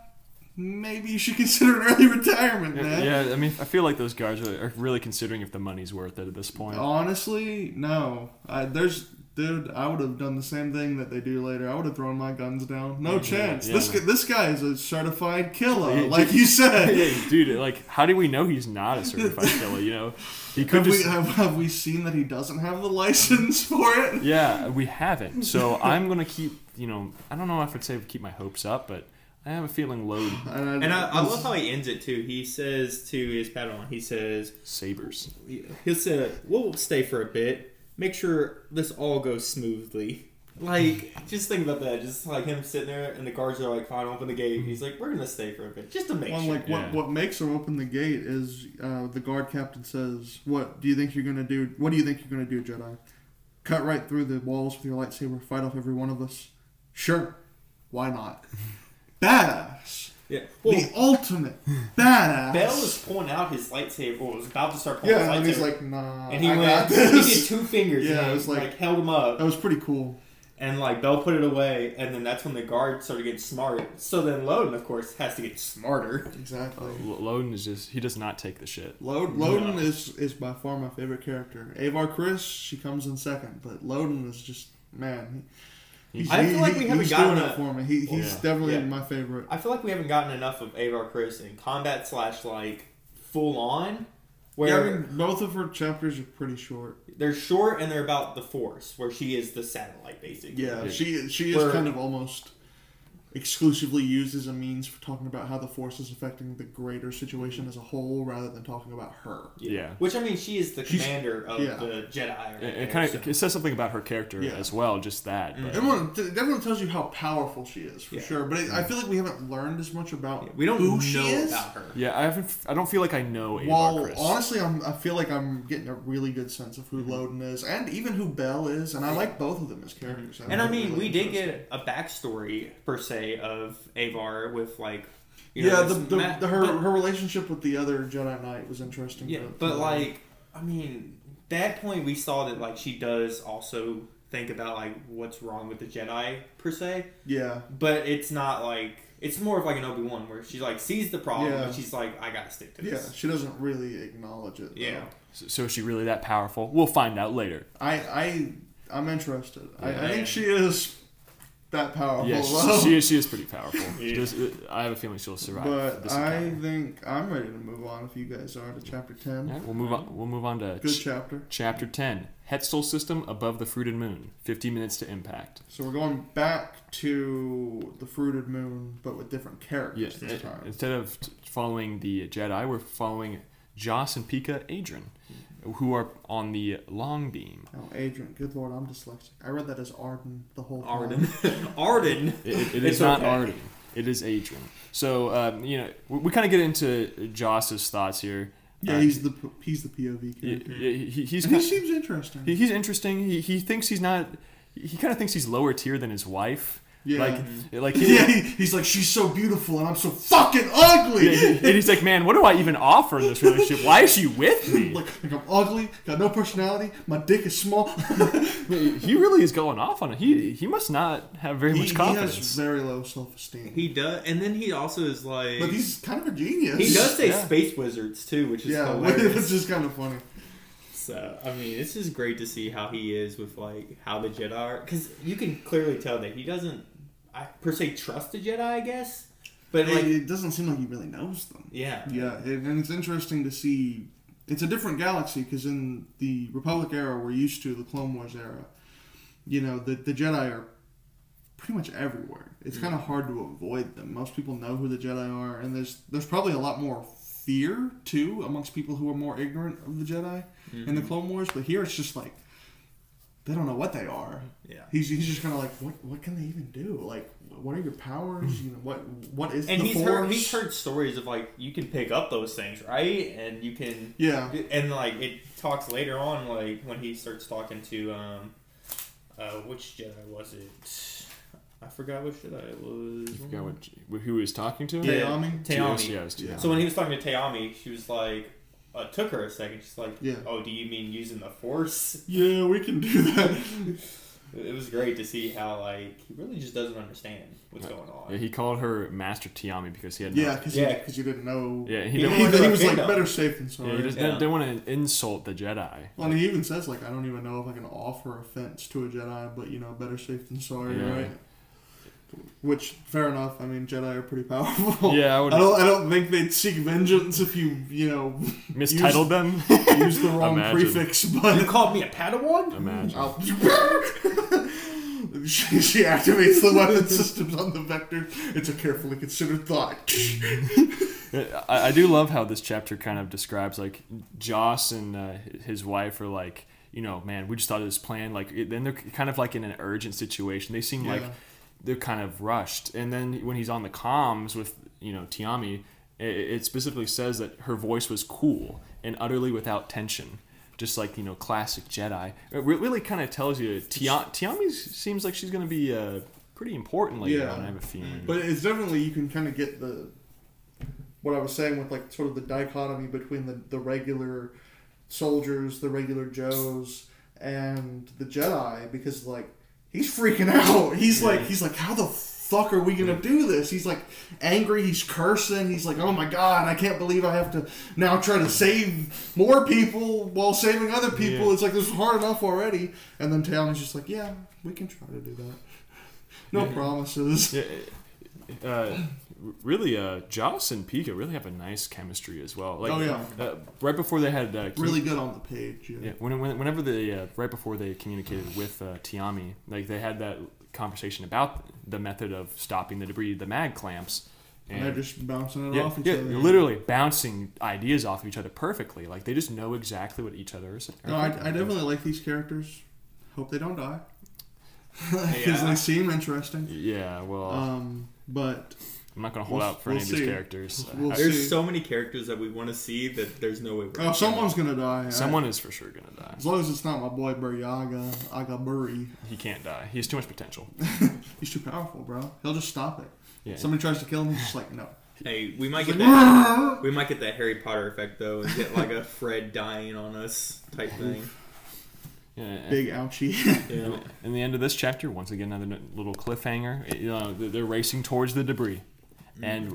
maybe you should consider an early retirement, man. Yeah, I mean, I feel like those guards are, are really considering if the money's worth it at this point. Oh. Honestly, no. I, there's, dude. I would have done the same thing that they do later. I would have thrown my guns down. No chance. yeah, this no. gu- this guy is a certified killer, Yeah, like you said. (laughs) yeah, dude, like, how do we know he's not (laughs) a certified killer? You know, he Have could we, just. have, have we seen that he doesn't have the license for it? yeah, we haven't. So I'm gonna keep. You know, I don't know if I'd say keep my hopes up, but I have a feeling (sighs) Loden And I, I love how he ends it too. He says to his Padawan, he says, sabers. He'll say, "We'll stay for a bit. Make sure this all goes smoothly." Like, just think about that. Just like him sitting there, and the guards are like, "Fine, open the gate." He's like, "We're gonna stay for a bit, just to make Well, sure." like Yeah. what, what makes him open the gate is uh, the guard captain says, "What do you think you're gonna do? What do you think you're gonna do, Jedi? Cut right through the walls with your lightsaber, fight off every one of us? Sure, why (laughs) not? Badass, yeah. Well, the ultimate (laughs) badass." Bell was pulling out his lightsaber, or was about to start pulling yeah, and his lightsaber, he's like, "Nah, and (laughs) he I got went, he did this." two fingers, Yeah, and it he, was like, like- Oh. held him up, That was pretty cool. and like Bell put it away, and then that's when the guard started getting smart. So then Loden, of course, has to get smarter. Exactly. L- Loden is just. He does not take the shit. Lod- Loden is is by far my favorite character. Avar Chris, she comes in second, but Loden is just man. he- He's- he's- I feel like we haven't he's gotten doing a- it for me. He, he's Yeah. definitely Yeah. my favorite. I feel like we haven't gotten enough of Avar Chris in combat slash like full on, where yeah, I mean, both of her chapters are pretty short. they're short and they're about the Force, where she is the satellite basically. Yeah, Yeah. she she is Where- kind of almost exclusively used as a means for talking about how the force is affecting the greater situation as a whole, rather than talking about her. Yeah. Which I mean, she is the She's- commander of yeah. the Jedi. Right It, there, it kind so- of it says something about her character Yeah. as well, just that. But, Everyone it definitely tells you how powerful she is for Yeah. sure, but it, I feel like we haven't learned as much about Yeah, we don't who know she is. about her. yeah, I haven't. I don't feel like I know Avar Well, Chris. honestly, I'm, I feel like I'm getting a really good sense of who Mm-hmm. Loden is, and even who Bell is, and I like both of them as characters. And I think mean, they're we really did interesting. get a backstory per se of Avar with like, you know, Yeah, the, this the, ma- the- her, but- her relationship with the other Jedi Knight was interesting. uh, Yeah, to- but to- like, I mean, that point we saw that like she does also think about like what's wrong with the Jedi per se, yeah, but it's not like it's more of like an Obi Wan where she like sees the problem, Yeah. but she's like, I gotta stick to yeah, this. she doesn't really acknowledge it. though. Yeah. (laughs) so, so is she really that powerful? We'll find out later. I, I, I'm interested. I, Yeah. I think she is that powerful. Yes, though. she is. She is pretty powerful. (laughs) She Yeah. does- I have a feeling she'll survive. But this I encounter. think I'm ready to move on if you guys are to chapter 10. All right, we'll move on. We'll move on to Good ch- chapter. chapter ten. Hetzel system above the fruited moon. Fifty minutes to impact. So we're going back to the Fruited Moon, but with different characters Yes. this time. Instead of t- following the Jedi, we're following Joss and Pika Adrian, who are on the long beam. Oh, Adrian, good lord, I'm dyslexic. I read that as Arden the whole time. Arden, (laughs) Arden. It- it- it It's is not okay. Arden. It is Adrian. So um, you know, we, we kind of get into Joss's thoughts here. Yeah, Uh, he's the p- he's the POV he, character. he- he's and kind he seems interesting. he, he's interesting. He, he thinks he's not. He kind of thinks he's lower tier than his wife. yeah. Like like (laughs) he, yeah, he, he's like she's so beautiful and I'm so fucking ugly. yeah, he- and he's like, man, what do I even offer in this relationship? Why is she with me? (laughs) (laughs) like, like I'm ugly, got no personality, my dick is small. (laughs) He really is going off on it. He he must not have very he, much he confidence. has very low self esteem. He does, and then he also is like but he's kind of a genius. (laughs) he does say Yeah. space wizards too, which is Yeah, (laughs) hilarious. which is kind of funny. So I mean, it's just great to see how he is with like how the Jedi are, because you can clearly tell that he doesn't, I per se, trust the Jedi. I guess, but It, like, it doesn't seem like he really knows them. yeah, Yeah, and and it's interesting to see. It's a different galaxy because in the Republic era, we're used to the Clone Wars era. You know, the the Jedi are pretty much everywhere. Mm. It's kind of hard to avoid them. Most people know who the Jedi are, and there's there's probably a lot more fear too amongst people who are more ignorant of the Jedi in the Mm-hmm. Clone Wars. But here, it's just like they don't know what they are. yeah. He's, he's just kind of like, what what can they even do? Like, what are your powers? You know, what what is Mm. And the he's force? heard he's heard stories of like you can pick up those things, right? And you can, Yeah, and like it talks later on, like when he starts talking to um, uh, which Jedi was it? I forgot which Jedi it was. I forgot what, who he was talking to. Yeah, Tayami? Tayami. Yeah, it was Tayami. So when he was talking to Tayami, she was like, uh, took her a second. She's like, Yeah. "Oh, do you mean using the Force?" Yeah, we can do that. (laughs) It was great to see how like he really just doesn't understand what's going on. Yeah, he called her Master Tiami because he had no- yeah, because Yeah. because you didn't know. yeah He, he Yeah, didn't, he- wanna he go was pick like up. better safe than yeah, sorry. he just Yeah. didn't, didn't want to insult the Jedi. well, and he even says like, I don't even know if I can offer offense to a Jedi, but you know, better safe than sorry, Yeah. right? Which fair enough. I mean, Jedi are pretty (laughs) powerful. Yeah, Oh. I I would don't. I don't think they'd seek vengeance if you you (laughs) know mistitled them. use the wrong Imagine. prefix. (laughs) (laughs) you But called me a (laughs) Padawan? Imagine. I'll- (laughs) she, she activates the weapon (laughs) systems on the vector. It's a carefully considered thought. I, I do love how this chapter kind of describes like Joss and uh, his wife are like, you know, man, we just thought of this plan. Like it- then they're kind of like in an urgent situation. They seem like Yeah. they're kind of rushed. And then when he's on the comms with you know Tiami, it, it specifically says that her voice was cool and utterly without tension. Just like you know, classic Jedi. It re- really kind of tells you Tia- Tiami seems like she's going to be uh, pretty important later Yeah. Mm-hmm. on. I have a feeling. But it's definitely you can kind of get the what I was saying with like sort of the dichotomy between the the regular soldiers, the regular Joes, and the Jedi because like he's freaking out. (laughs) He's like he's like how the fuck are we gonna do this? He's like angry. He's cursing. He's like oh my god, I can't believe I have to now try to save more people while saving other people. Yeah. It's like this is hard enough already. And then Talon's just like yeah, we can try to do that. No promises. Yeah, uh, really, uh, Joss and Pika really have a nice chemistry as well. Like, Oh, yeah. uh, right before they had uh, commu- really good on the page. Yeah. yeah, when, when, whenever they uh, right before they communicated with uh, Tiami, like they had that conversation about the method of stopping the debris, the mag clamps, And they're just bouncing it yeah, off each yeah, other. literally bouncing ideas off of each other perfectly. Like they just know exactly what each other is. No, I, I definitely like these characters. Hope they don't (laughs) die. Because Yeah. they seem interesting. Yeah, well, Um, but I'm not gonna hold we'll- out for we'll any of see. these characters. We'll I- see. There's so many characters that we want to see that there's no way. We're oh, someone's gonna die. I- someone is for sure gonna die. as long as it's not my boy Buryaga, Agaburi. He can't die. He has too much potential. He's too powerful, bro. He'll just stop it. Yeah. Somebody tries to kill him, he's just like, no. Hey, we (laughs) might He's get like, that. "Rrrr." We might get that Harry Potter effect though, and get like (laughs) a Fred dying on us type thing. Yeah, Big ouchie. (laughs) Yeah. In the end of this chapter, once again, another n- little cliffhanger. You know, they're they're racing towards the debris, and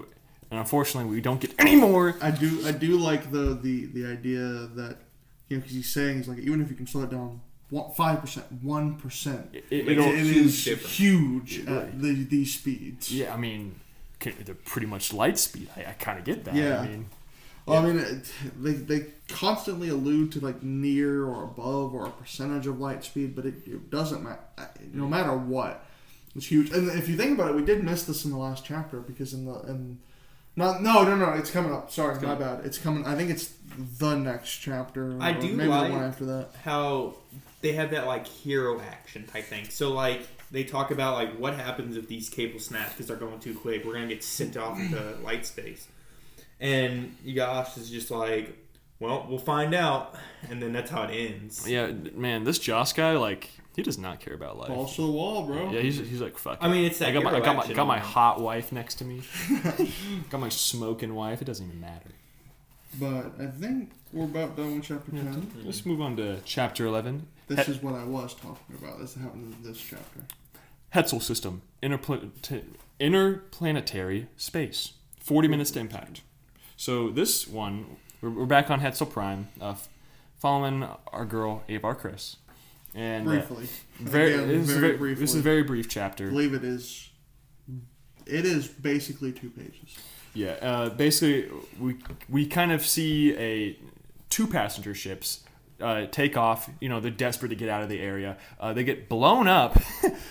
and unfortunately, we don't get any more. I do, I do like though the the idea that you know because he's saying he's like even if you can slow it down five percent, one percent, It, it- Makes it'll- a it huge is difference. huge at the, these speeds. yeah, I mean, c- they're pretty much light speed. I, I kind of get that. Yeah. I mean, Well, I mean, it- they, they constantly allude to like near or above or a percentage of light speed, but it, it doesn't matter. No matter what, it's huge. And if you think about it, we did miss this in the last chapter because in the in not no no no it's coming up. Sorry, my bad. It's coming. I think it's the next chapter. I or do maybe like- the one after that. How they have that like hero action type thing. So like they talk about like what happens if these cables snap because they're going too quick. We're gonna get sent off (clears throat) into light space. And Yash is just like, well, we'll find out. And then that's how it ends. Yeah, man, this Joss guy, like, he does not care about life. Balls to the wall, bro. Yeah, he's, he's like, fuck. I it. mean, it's that I got my, I hero got my, action got my moment. hot wife next to me. got my smoking wife. It doesn't even matter. But I think we're about done with chapter ten. Let's move on to chapter 11 This is what I was talking about. This happened in this chapter. Hetzel System interpla- Interplanetary Space. 40 minutes to impact. So this one, we're, we're back on Hetzel Prime, uh, f- following our girl, Avar Chris. And uh, Briefly. very, Again, this, is very very briefly. this is a very brief I chapter. believe it is. It is basically two pages. Yeah, uh, basically, we we kind of see a two passenger ships uh, take off. You know, they're desperate to get out of the area. Uh, they get blown up.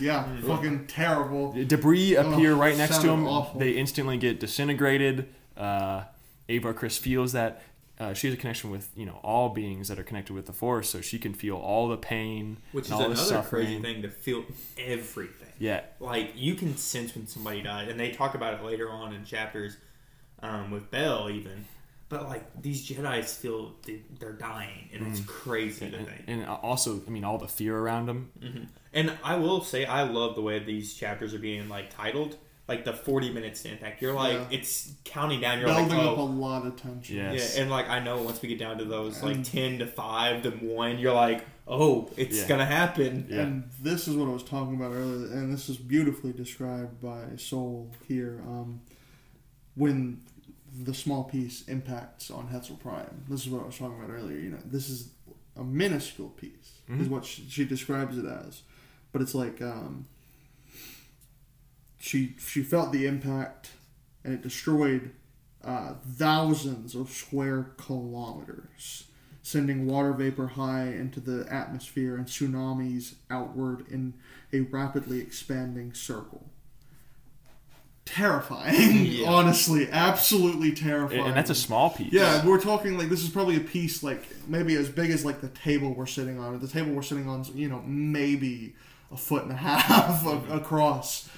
Yeah, Mm-hmm. fucking terrible. Debris Oh, appear Ugh, right next to sounded them. awful. They instantly get disintegrated. Uh, Avar Chris feels that uh, she has a connection with you know all beings that are connected with the Force, so she can feel all the pain Which is and all another the suffering. crazy thing to feel everything. Yeah, Like you can sense when somebody dies, and they talk about it later on in chapters um, with Bell even. But like these Jedi's feel they- they're dying, and Mm. it's crazy Mm-hmm. to and, think. and also, I mean, all the fear around them. And I will say, I love the way these chapters are being like titled, like the forty minutes to impact. You're like, Yeah. it's counting down. You're Building like, up a oh, lot of tension. Yeah. Yes. yeah. And like, I know once we get down to those like And- ten to five to one, you're like, oh, it's Yeah. gonna happen. Yeah. And this is what I was talking about earlier, and this is beautifully described by Soul here. Um, when the small piece impacts on Hetzel Prime, this is what I was talking about earlier. You know, this is a minuscule piece, Mm-hmm. is what she, she describes it as. But it's like um, she she felt the impact, and it destroyed uh, thousands of square kilometers sending water vapor high into the atmosphere and tsunamis outward in a rapidly expanding circle. Terrifying, (laughs) Yeah. honestly, absolutely terrifying. And, and that's a small piece. yeah. We're talking like this is probably a piece like maybe as big as like the table we're sitting on. The table we're sitting on, is, you know, maybe a foot and a (laughs) half a- across.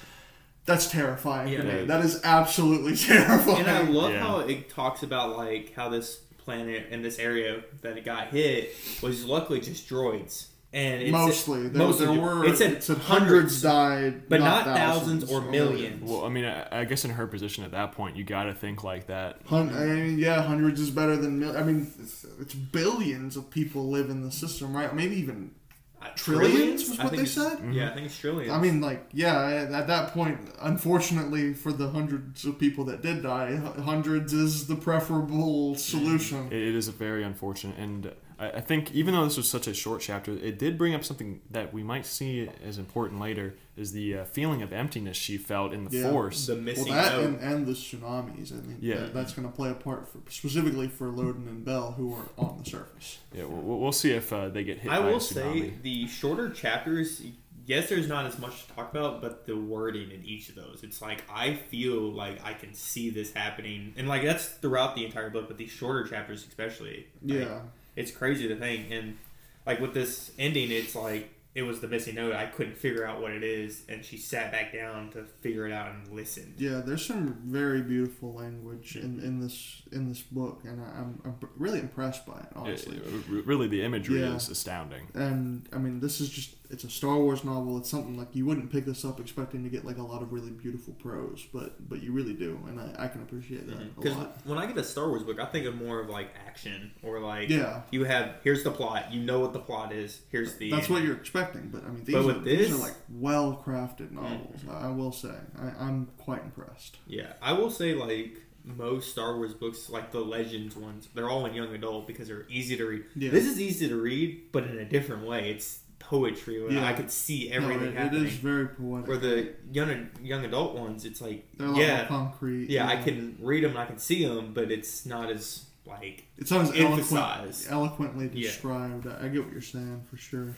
That's terrifying. to Mm-hmm. Yeah. me. That is absolutely (laughs) terrifying. And I love Yeah. how it talks about like how this planet and this area that it got hit was luckily just droids. And it's mostly, there, there were it said, hundreds died, but not, not thousands or millions. Well, I mean, I, I guess in her position at that point, you got to think like that. Hun- I mean, yeah, hundreds is better than mil- I mean, it's, it's billions of people live in the system, right? Maybe even. Uh, Trillions was I what think they it's- said? Yeah, I think it's trillions. I mean, like, yeah. At that point, unfortunately, for the hundreds of people that did die, hu- hundreds is the preferable solution. It, it is very unfortunate, and I, I think even though this was such a short chapter, it did bring up something that we might see as important later: is the uh, feeling of emptiness she felt in the Yeah. Force. the Well, missing that note. and, and the tsunamis. I mean, Yeah. that- that's going to play a part for, specifically for Loden and Bell, who are on the surface. yeah, we'll, we'll see if uh, they get hit. I by a will tsunami. say the shorter chapters. Yes, there's not as much to talk about, but the wording in each of those, it's like I feel like I can see this happening, and like that's throughout the entire book. But these shorter chapters, especially, like, Yeah. it's crazy to think. And like with this ending, it's like it was the missing note. I couldn't figure out what it is, and she sat back down to figure it out and listen. Yeah, there's some very beautiful language in, in this in this book, and I, I'm, I'm really impressed by it. Honestly, It- r- really, the imagery Yeah. is astounding. and I mean, this is just it's a Star Wars novel. It's something like you wouldn't pick this up expecting to get like a lot of really beautiful prose, but but you really do, and I, I can appreciate that a Because lot. Mm-hmm. when I get a Star Wars book, I think of more of like action or like Yeah. you have here's the plot, you know what the plot is, here's the um, That's what you're expecting, but I mean, these, But are, with these this- Mm-hmm. are like well crafted novels. I I will say, I, I'm quite impressed. yeah. I will say like most Star Wars books, like the Legends ones, they're all in young adult because they're easy to read. Yeah. This is easy to read, but in a different way. It's poetry where Yeah. I could see No, everything it- happening. it is very poetic. Where the young young adult ones, it's like They're a lot more yeah, concrete. yeah, I you know. can read them, I can see them, but it's not as like It sounds eloquent, emphasize. eloquently Yeah. described. I I get what you're saying for sure.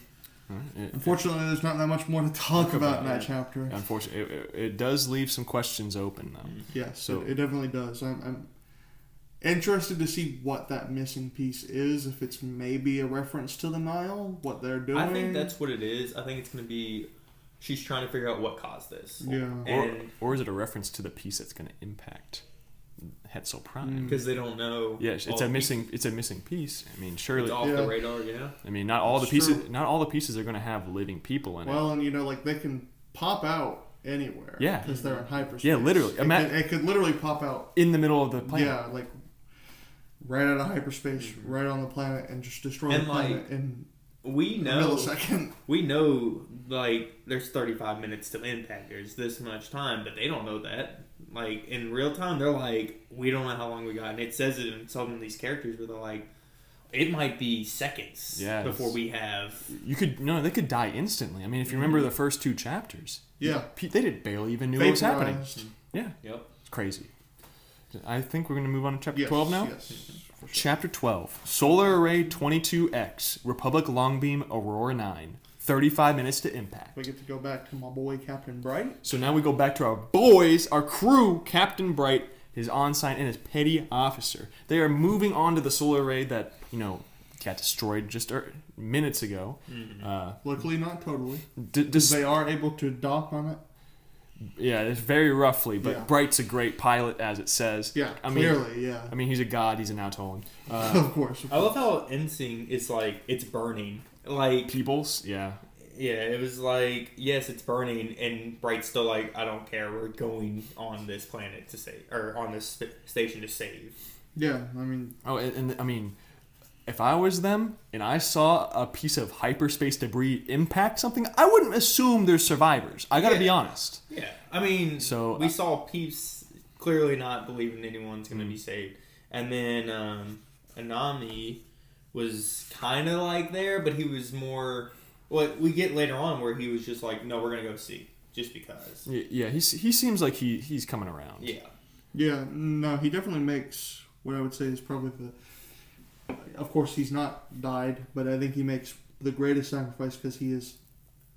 It- Unfortunately, there's not that much more to talk about in that Yeah. chapter. Unfortunately, it, it, it does leave some questions open though. Yes, So- it, it definitely does. I'm, I'm interested to see what that missing piece is. If it's maybe a reference to the Nile, what they're doing. I think that's what it is. I think it's going to be she's trying to figure out what caused this. Yeah. Mm. And or, or is it a reference to the piece that's going to impact Hetzel Prime? because they don't know. Yeah, it's Mm. all a the missing it's a missing piece. I mean, pieces surely off Yeah. the radar. Yeah. I mean not all the It's pieces true. not all the pieces are going to have living people in it. Well, and you know, like they can pop out anywhere. Yeah. Because they're in hyperspace. Yeah, literally. It, Ima- could, it could literally pop out. In the middle of the planet. Mm-hmm. Yeah, like right out of hyperspace, right on the planet, and just destroy And, the planet like, in We a know. millisecond. We know like there's 35 minutes to impact. There's this much time, but they don't know that. Like in real time, they're like, we don't know how long we got, and it says it in some of these characters where they're like, it might be seconds Yes. before we have. You could no, they could die instantly. I mean, if you remember the first two chapters, Mm-hmm. Yeah. pe- they did barely even knew what was happening. Vaporized. Yeah, Yep. it's crazy. I think we're going to move on to chapter Yes, 12 now. Yes. for sure. Chapter 12 Solar Array 22X, Republic Longbeam Aurora 9, 35 minutes to impact. We get to go back to my boy Captain Bright. So now we go back to our boys, our crew, Captain Bright, his ensign, and his petty officer. They are moving on to the solar array that, you know, got destroyed just er- minutes ago. Uh, Luckily, not totally. d- dis- They are able to dock on it. yeah, it's very roughly, but Yeah. Bright's a great pilot, as it says. Yeah, I mean, clearly, yeah. I mean, he's a god, he's an Autolan. Uh, (laughs) of course. I love how Ensing is like it's burning. Like Peoples, yeah. yeah, it was like yes, it's burning, and Bright's still like I don't care. We're going on this planet to save, or on this st- station to save. Yeah, I mean, Oh, and, and I mean, if I was them and I saw a piece of hyperspace debris impact something, I wouldn't assume there's survivors. I gotta be Yeah. honest. Yeah, I mean, So, so we saw Peeps clearly not believing anyone's going to be saved, and then um, Anami was kind of like there, but he was more. What we get later on, where he was just like, "No, we're going to go see," just because. Y- Yeah, he he seems like he he's coming around. Yeah, yeah, no, he definitely makes what I would say is probably the. Of course, he's not died, but I think he makes the greatest sacrifice because he is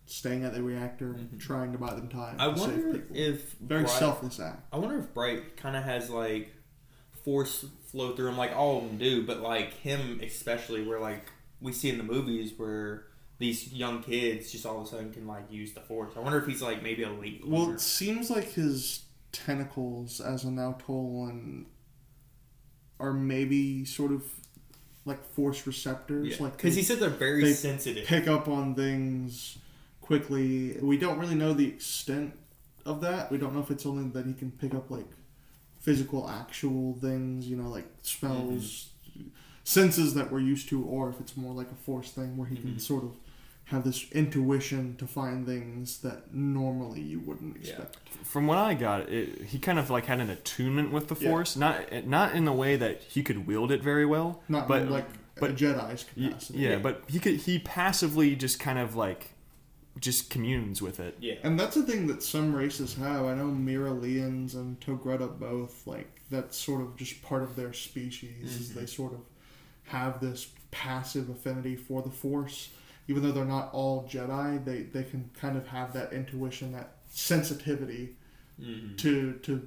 staying at the reactor and trying to buy them time Mm-hmm. I to save wonder people. if Very Bright- selfless act. I wonder if Bright kind of has like force flow through him, like all of them do, but like him especially, where like we see in the movies where these young kids just all of a sudden can like use the force. I wonder if he's like maybe a late. Well, bloomer. it seems like his tentacles as an Autolan are maybe sort of like force receptors. Yeah. Like Cause they- he said they're very they sensitive. pick up on things quickly. We don't really know the extent of that. We don't know if it's only that he can pick up like physical, actual things, you know, like smells, Mm-hmm. senses that we're used to, or if it's more like a force thing where he Mm-hmm. can sort of have this intuition to find things that normally you wouldn't Yeah. expect. From what I got, it, he kind of like had an attunement with the Yeah. force, not eh, not in the way that he could wield it very well, Not but like but- a Jedi's y- capacity. yeah, but he could he passively just kind of like just communes with it. yeah. And that's a thing that some races have. I know Miralians and Togreta both, like, that's sort of just part of their species. Is Mm-hmm. they sort of have this passive affinity for the Force. Even though they're not all Jedi, they, they can kind of have that intuition, that sensitivity Mhm. to to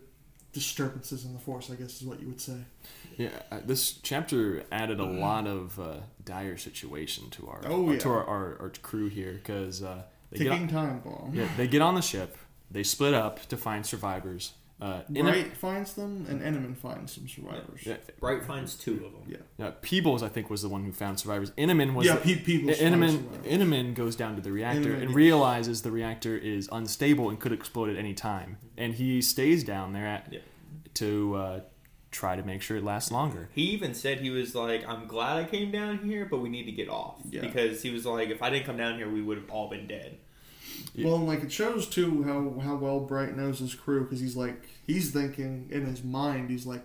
disturbances in the Force, I guess is what you would say. Yeah, uh, this chapter added a lot of uh, dire situation to our Oh, yeah. to our, our, our crew here because uh, they get Ticking on, time bomb. yeah, they get on the ship, they split up to find survivors. Uh, in a- Bright finds them, and Enemon finds some survivors. yeah, Bright finds two of them. Yeah. yeah, uh, Peebles, I think, was the one who found survivors. Inaman was yeah, the- pe- people. Inman, Inman goes down to the reactor Inman, and yeah. realizes the reactor is unstable and could explode at any time. And he stays down there at, Yeah. to uh, try to make sure it lasts longer. He even said he was like, "I'm glad I came down here, but we need to get off Yeah. because he was like, if I didn't come down here, we would have all been dead." Yeah. Well, and like it shows too how how well Bright knows his crew because he's like he's thinking in his mind he's like,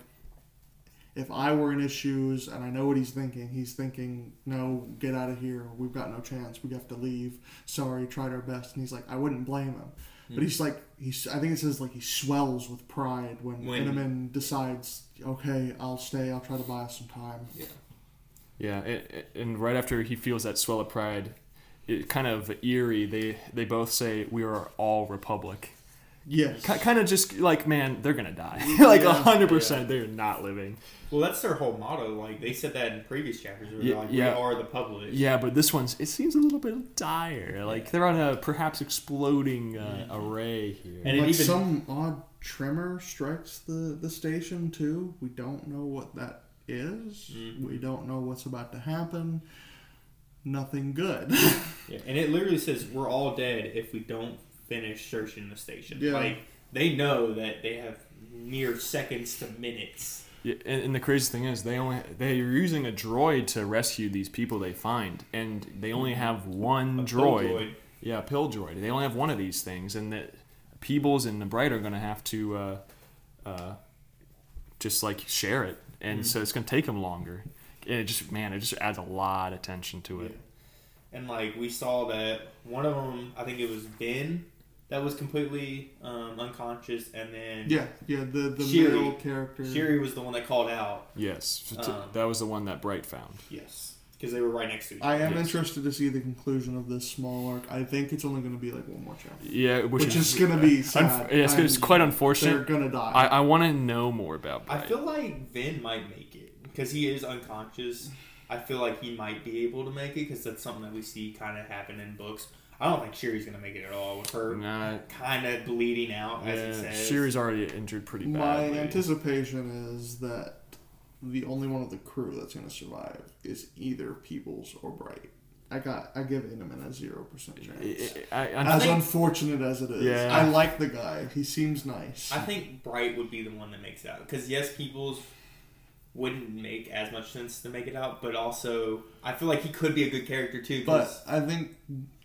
if I were in his shoes and I know what he's thinking, he's thinking, no, get out of here. We've got no chance. We have to leave. Sorry, tried our best, and he's like, I wouldn't blame him. But he's like, he's. I think it says like he swells with pride when, When- Inman decides, okay, I'll stay. I'll try to buy us some time. Yeah. Yeah, a- a- and right after he feels that swell of pride, it kind of eerie. They they both say, "We are all Republic," Yes. kind of just like man they're gonna die (laughs) like Yeah. 100% they're not living Well, that's their whole motto. Like they said that in previous chapters. Where Yeah, they're like, yeah. we are the public. yeah but this one's it seems a little bit dire like they're on a perhaps exploding uh, array here And it like even- some odd tremor strikes the, the station too. We don't know what that is. Mm-hmm. Mhm. We don't know what's about to happen. Nothing good. (laughs) Yeah, and it literally says we're all dead if we don't finish searching the station. Yeah. Like they know that they have mere seconds to minutes. Yeah, and, and the crazy thing is, they only they're using a droid to rescue these people they find, and they only have one A pill droid. droid. Yeah, a pill droid. They only have one of these things, and that Peebles and the Bright are gonna have to uh, uh, just like share it, and so it's gonna take them longer. And it just man, it just adds a lot of tension to it. And like we saw that one of them, I think it was Ben, that was completely um, unconscious, and then yeah, yeah. The the Shiri. male character. Shiri was the one that called out. Yes, F- t- Um, that was the one that Bright found. Yes, because they were right next to each I other. am Yes. interested to see the conclusion of this small arc. I think it's only going to be like one more chapter, Yeah, which, which, is, going to be sad. (laughs) unf- yeah, it's, it's I'm- quite They're unfortunate. going to die. I, I want to know more about I Bright. feel like Vin might make it because he is unconscious. I feel like he might be able to make it because that's something that we see kind of happen in books. I don't think Shiri's gonna make it at all with her Nah, kind of bleeding out as Yeah, it says. Shiri's already injured pretty My badly. anticipation is that the only one of the crew that's going to survive is either Peebles or Bright. I got I give Inaman a zero percent chance. I, I- I As think- unfortunate as it is, Yeah. I like the guy. He seems nice. I think Bright would be the one that makes it out because yes, Peoples wouldn't make as much sense to make it out, but also I feel like he could be a good character too. but 'cause- I think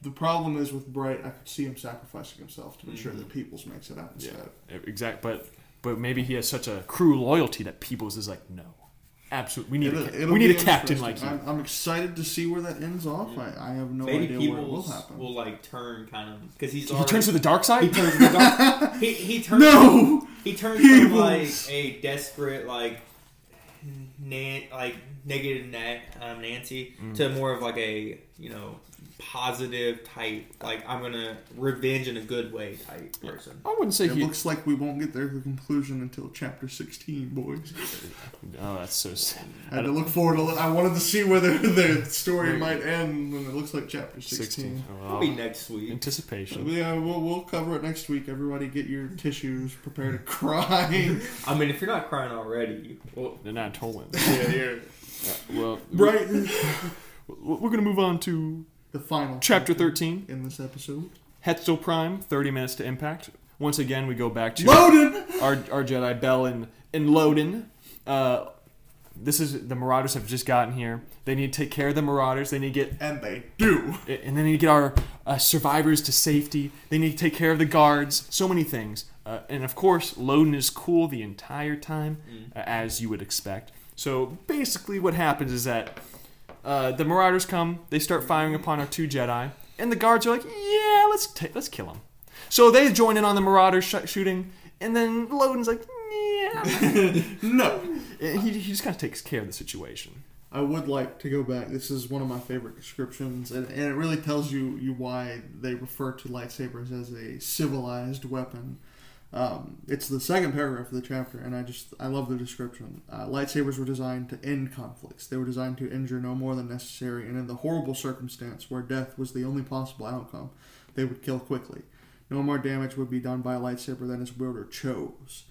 the problem is with Bright. I could see him sacrificing himself to make sure that Peebles makes it out Mm-hmm. yeah, instead. exact. But but maybe he has such a crew loyalty that Peebles is like, no, absolutely, we need It'll- a, ca- it'll we need be a captain like interesting. you. I'm, I'm excited to see where that ends off. I, I have no maybe idea where it will Peoples happen. will, like turn kind of because he's he already, turns to the dark he side. turns (laughs) the dark, he, he turns no, He turns from like Peebles. a desperate like nan- like negative Nat, um, Nancy Mm. to more of like a you know positive type like I'm gonna revenge in a good way type person. I wouldn't say it he. looks like we won't get their conclusion until chapter 16, boys. oh, that's so sad. I had to look forward. To, I wanted to see where the, the story There you might end, and it looks like chapter 16. Sixteen. Oh, It'll wow. be next week. So, Anticipation. yeah, we'll, we'll cover it next week. Everybody, get your tissues. Prepare to cry. I mean, if you're not crying already, well, They're (laughs) not Tolan. yeah, you're- Uh, Well, right, we- We're gonna move on to the final chapter thirteen. in this episode. Hetzel Prime. Thirty minutes to impact. Once again, we go back to Loaded. our, our Jedi Bell and, and Loden. Uh, this is the Marauders have just gotten here. They need to take care of the Marauders. They need to And they do. get and they need to get our uh, survivors to safety. They need to take care of the guards. So many things. Uh, and of course, Loden is cool the entire time, uh, as you would expect. So basically, what happens is that uh, the Marauders come. They start firing upon our two Jedi, and the guards are like, "Yeah, let's ta let's kill them." So they join in on the Marauder sh- shooting, and then Loden's like, "Yeah, No. and he, he just kind of takes care of the situation. I would like to go back. This is one of my favorite descriptions, and, and it really tells you, you why they refer to lightsabers as a civilized weapon. Um, it's the second paragraph of the chapter, and I just I love the description. Uh, lightsabers were designed to end conflicts. They were designed to injure no more than necessary, and in the horrible circumstance where death was the only possible outcome, they would kill quickly. No more damage would be done by a lightsaber than its wielder chose.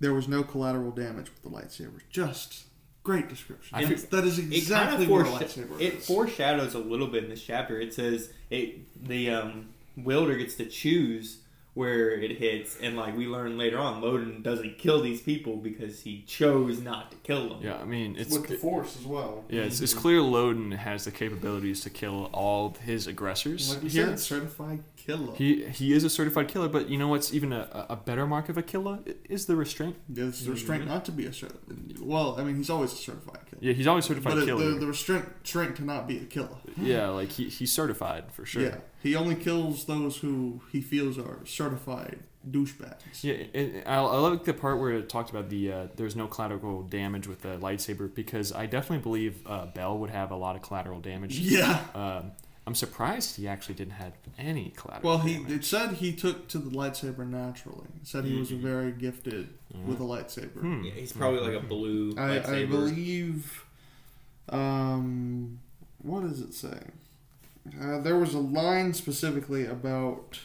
There was no collateral damage with the lightsabers. Just great description. I That's- think- that is it kind exactly of what a foresh- lightsaber it is. foreshadows a little bit in this chapter. It says it the um, wielder gets to choose where it hits, and like we learn later on, Loden doesn't kill these people because he chose not to kill them. Yeah, I mean, it's with the force as well. yeah, it's, it's clear Loden has the capabilities to kill all of his aggressors. Like we here. said, certified killer. He he is a certified killer, but you know what's even a, a better mark of a killer is the restraint. There's the restraint not to be a certified. Well, I mean, he's always a certified killer. Mm-hmm. Yeah, he's always certified but it- killer. the, the restraint, restraint to not be a killer. yeah, like he, he's certified for sure. Yeah, he only kills those who he feels are certified douchebags. Yeah, and I, I like the part where it talked about the uh, there's no collateral damage with the lightsaber because I definitely believe uh, Bell would have a lot of collateral damage. Yeah. Um, I'm surprised he actually didn't have any collateral. Well, he damage. Mm-hmm. it said he took to the lightsaber naturally. It said he was Mhm. very gifted with a lightsaber. Hmm. Yeah, he's probably like a blue I, I lightsaber. believe. Um, what does it say? Uh, there was a line specifically about,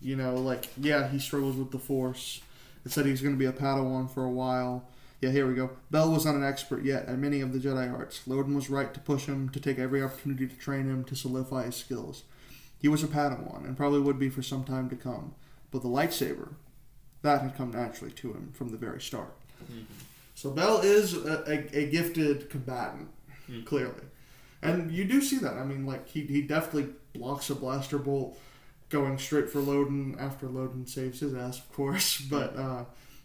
you know, like yeah, he struggles with the force. It said he's going to be a Padawan for a while. Yeah, here we go. Bell was not an expert yet at many of the Jedi arts. Loden was right to push him to take every opportunity to train him to solidify his skills. He was a Padawan and probably would be for some time to come. But the lightsaber, that had come naturally to him from the very start. Mhm. So Bell is a, a, a gifted combatant, Mm. clearly, and you do see that. I mean, like he he definitely blocks a blaster bolt going straight for Loden after Loden saves his ass, of course. (laughs) But uh,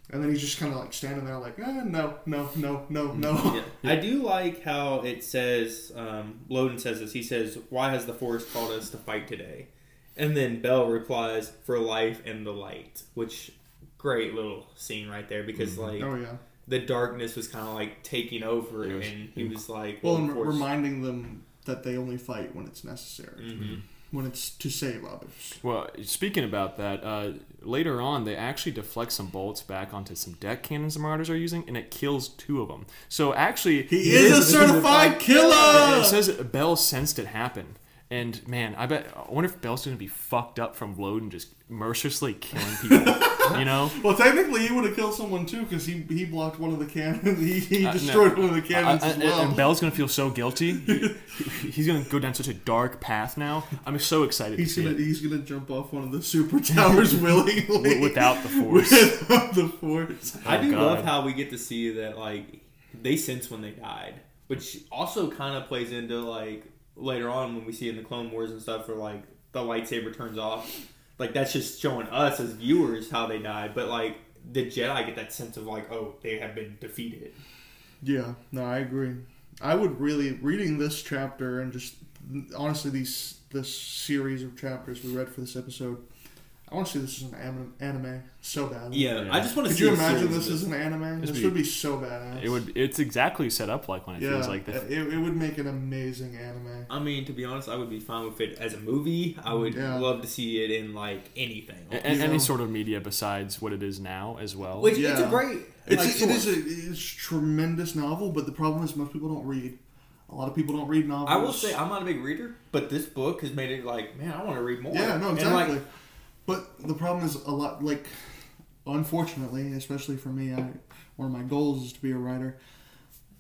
and then he's just kind of like standing there, like eh, no, no, no, no, no. Yeah. I do like how it says, um, Loden says this. He says, Why has the Force called us to fight today? And then Bell replies, For life and the light, which great little scene right there because, (laughs) like, Oh yeah. the darkness was kind of like taking over It was- and he was like, Well, the and re- Force- reminding them that they only fight when it's necessary, Mhm. when it's to save others. Well, speaking about that, uh, later on they actually deflect some bolts back onto some deck cannons the Marauders are using, and it kills two of them. So actually, He, is, a certified killer. It says that Bell sensed it happen, and man, I bet I wonder if Bell's gonna be fucked up from Loden just mercilessly killing (laughs) people. you know, Well, technically, he would have killed someone too because he he blocked one of the cannons. (laughs) He, he Uh, no. destroyed one of the cannons I- I- as well. and Bell's gonna feel (laughs) so guilty. He- he- he's gonna go down such a dark path now. I'm so excited he's to see gonna it he's gonna jump off one of (laughs) the super towers willingly wi- without (laughs) the force. without the force. I Oh, do God. love how we get to see that like they sense when they died, which also kind of plays into like later on when we see in the Clone Wars and stuff, where like the lightsaber turns off. Like that's just showing us as viewers how they died, but like the Jedi get that sense of like, oh, they have been defeated. Yeah, no, I agree. I would really reading this chapter and just honestly these this series of chapters we read for this episode. I want to see this as an anime, anime so bad. Yeah, Yeah. I just want to Could see. you a imagine series this of as an anime? This This would would be so badass. It would. It's exactly set up like when it Yeah, feels like the it, it would make an amazing anime. I mean, to be honest, I would be fine with it as a movie. I would Yeah. Eh, love to see it in like anything. A- a- You any know. sort of media besides what it is now as well. Which it's a Yeah. great. It's like, it source. is a it's a tremendous novel, but the problem is most people don't read. A lot of people don't read novels. I will say I'm not a big reader, but this book has made it like, man, I want to read more. Yeah, no, And, exactly. like, but the problem is a lot like unfortunately, especially for me, I one of my goals is to be a writer.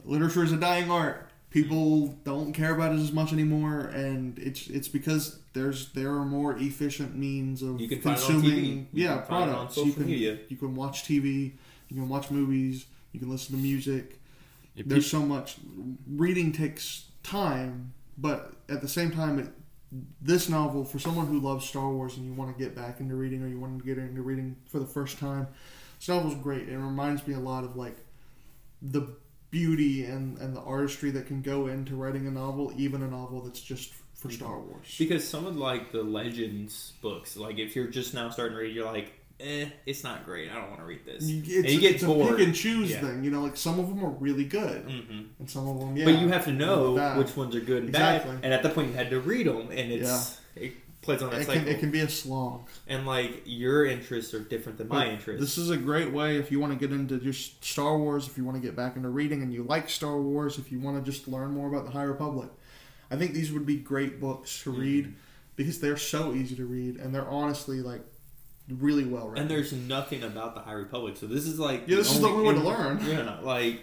Literature is a dying art. People don't care about it as much anymore and it's it's because there's there are more efficient means of You can find it on consuming TV. You yeah, can find it on products. you social can media. you can watch TV, you can watch movies, you can listen to music. It- there's so much reading takes time but at the same time it, this novel for someone who loves star wars and you want to get back into reading or you want to get into reading for the first time this novel's great it reminds me a lot of like the beauty and, and the artistry that can go into writing a novel even a novel that's just Mm-hmm. for star wars because some of like the legends books, like if you're just now starting to read, you're like, eh, it's not great. I don't want to read this. it's, and you get it's a bored. pick and choose Yeah. thing you know like some of them are really good hmm and some of them yeah but you have to know Bad. which ones are good and Exactly. bad. And at that point, you had to read them, and it's it plays on that it cycle. can, it can be a slog and like your interests are different than my But interests. This is a great way if you want to get into just Star Wars, if you want to get back into reading and you like Star Wars, if you want to just learn more about the High Republic. I think these would be great books Mm-hmm. to read because they're so easy to read and they're honestly like really well written. And there's nothing about the High Republic, so this is like Yeah, this is the only way to learn. Yeah, like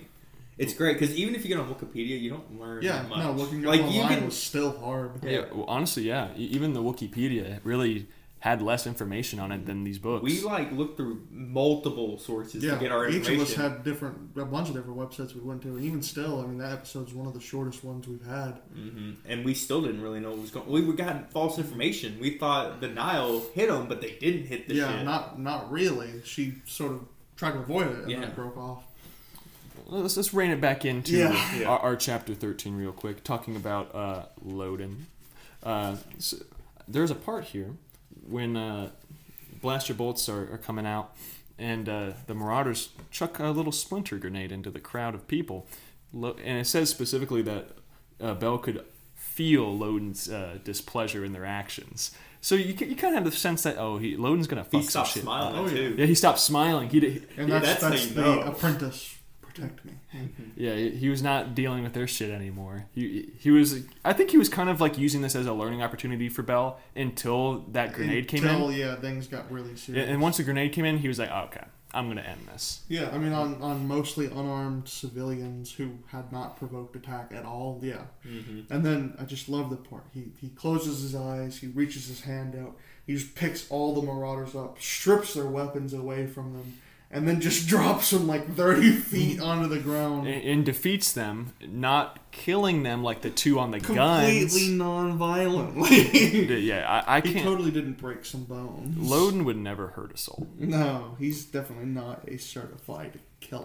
it's great because even if you get on Wikipedia, you don't learn. yeah, that much. no, looking it like up you online can. was still hard. yeah. well, honestly, yeah. E- Even the Wikipedia really had less information on it than these books. We like look through multiple sources Yeah, to get our each information. of us had different, a bunch of different websites we went to, and even still, I mean, that episode's one of the shortest ones we've had. hmm And we still didn't really know what was going. We were gotten false information. We thought the Nile hit them, but they didn't hit the yeah, ship. not not really. She sort of tried to avoid it, and then Yeah. it broke off. let's let's rein it back into Yeah. Yeah. Our, our chapter thirteen real quick, talking about uh, Loden. Uh, so there's a part here when uh, blaster bolts are, are coming out, and uh, the Marauders chuck a little splinter grenade into the crowd of people, Lo- and it says specifically that uh, Bell could feel Loden's uh, displeasure in their actions. So you, ca- you kind of have the sense that oh he Loden's gonna fuck He some stopped shit. smiling Oh, yeah. too. Yeah, he stopped smiling. He did, And Yeah, that's, that's, that's how you the know. apprentice. Protect me. yeah he he was not dealing with their shit anymore. He he was I think he was kind of like using this as a learning opportunity for Bell until that grenade came in. Until, yeah, things got really Yeah, serious. and once the grenade came in, he was like, oh, okay, I'm gonna end this. Yeah, I mean, on, on mostly unarmed civilians who had not provoked attack at all. Yeah. hmm And then I just love the part. He, he closes his eyes, he reaches his hand out, he just picks all the marauders up, strips their weapons away from them, and then just (laughs) drops them like 30 feet onto the Hmm. And, ground. and defeats them, not killing them like the two on the Completely (laughs) guns. non-violently. Yeah, I, I He can't. totally didn't break some bones. Loden would never hurt a soul. No, he's definitely not a certified killer.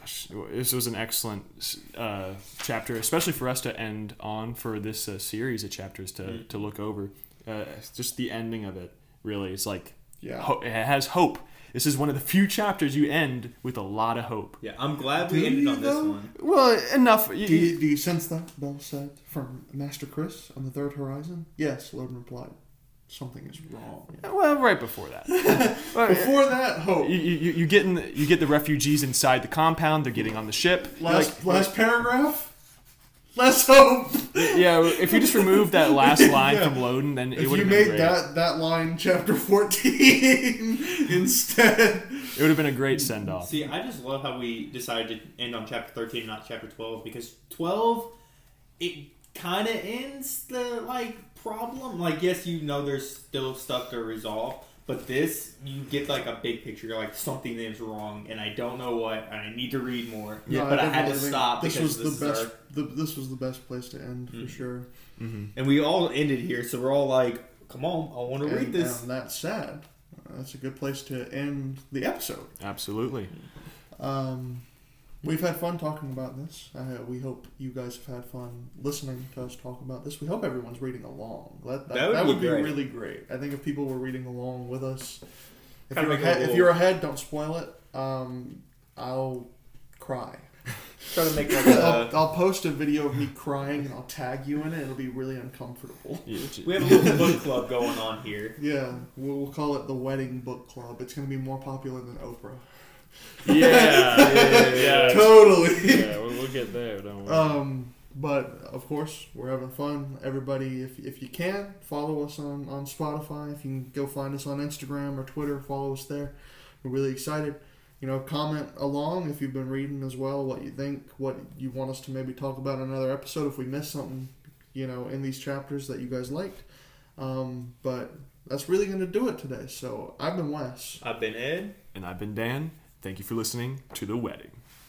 Gosh, this was an excellent uh, chapter, especially for us to end on for this uh, series of chapters to, Mm. to look over. Uh, just the ending of it, really, is like Yeah. ho- it has hope. This is one of the few chapters you end with a lot of hope. yeah, I'm glad Do we ended you on this though? one. Well, enough. y- Do y- you, do you sense that? Bell said from Master Chris on the Third Horizon. Yes, Loden replied. Something is wrong. well, right before (laughs) that. Well, Before that, hope. you, you, you get in the, you get the refugees inside the compound. They're getting on the ship. You're Last last paragraph. Less hope. like, yeah, if you just remove that last (laughs) line Yeah. from Loden, then it If would you have been made great. that that line chapter fourteen (laughs) instead. It would have been a great send off. See, I just love how we decided to end on chapter 13, not chapter 12, because 12, it kind of ends the like problem. Like, yes, you know, there's still stuff to resolve, but this, you get like a big picture. You're like, something is wrong, and I don't know what, and I need to read more. No, but I, had to definitely think stop This was because this the is best. our- The, this was the best place to end Mm-hmm. for sure. and we all ended here, so we're all like, come on, I want to read And, this. and that's sad. That's a good place to end the episode. Absolutely. Um, we've had fun talking about this. Uh, we hope you guys have had fun listening to us talk about this. We hope everyone's reading along. That, that, that would, be, great. really great. I think if people were reading along with us, if, you're Kinda make it a ahead, if little- you're ahead, don't spoil it. Um, I'll cry. Try to make like a. (laughs) I'll, I'll post a video of me crying and I'll tag you in it. It'll be really uncomfortable. Yeah, We have a little book club going on here. Yeah, we'll, we'll call it the Wedding Book Club. It's going to be more popular than Oprah. yeah, yeah. (laughs) Totally. (laughs) yeah we'll, we'll get there. Don't worry. (laughs) Um, but of course, we're having fun. Everybody, if, if you can, follow us on, on Spotify. If you can go find us on Instagram or Twitter, follow us there. We're really excited. You know, comment along if you've been reading as well, what you think, what you want us to maybe talk about in another episode, if we missed something, you know, in these chapters that you guys liked. Um, but that's really going to do it today. So I've been Wes. I've been Ed. and I've been Dan. Thank you for listening to The Wedding.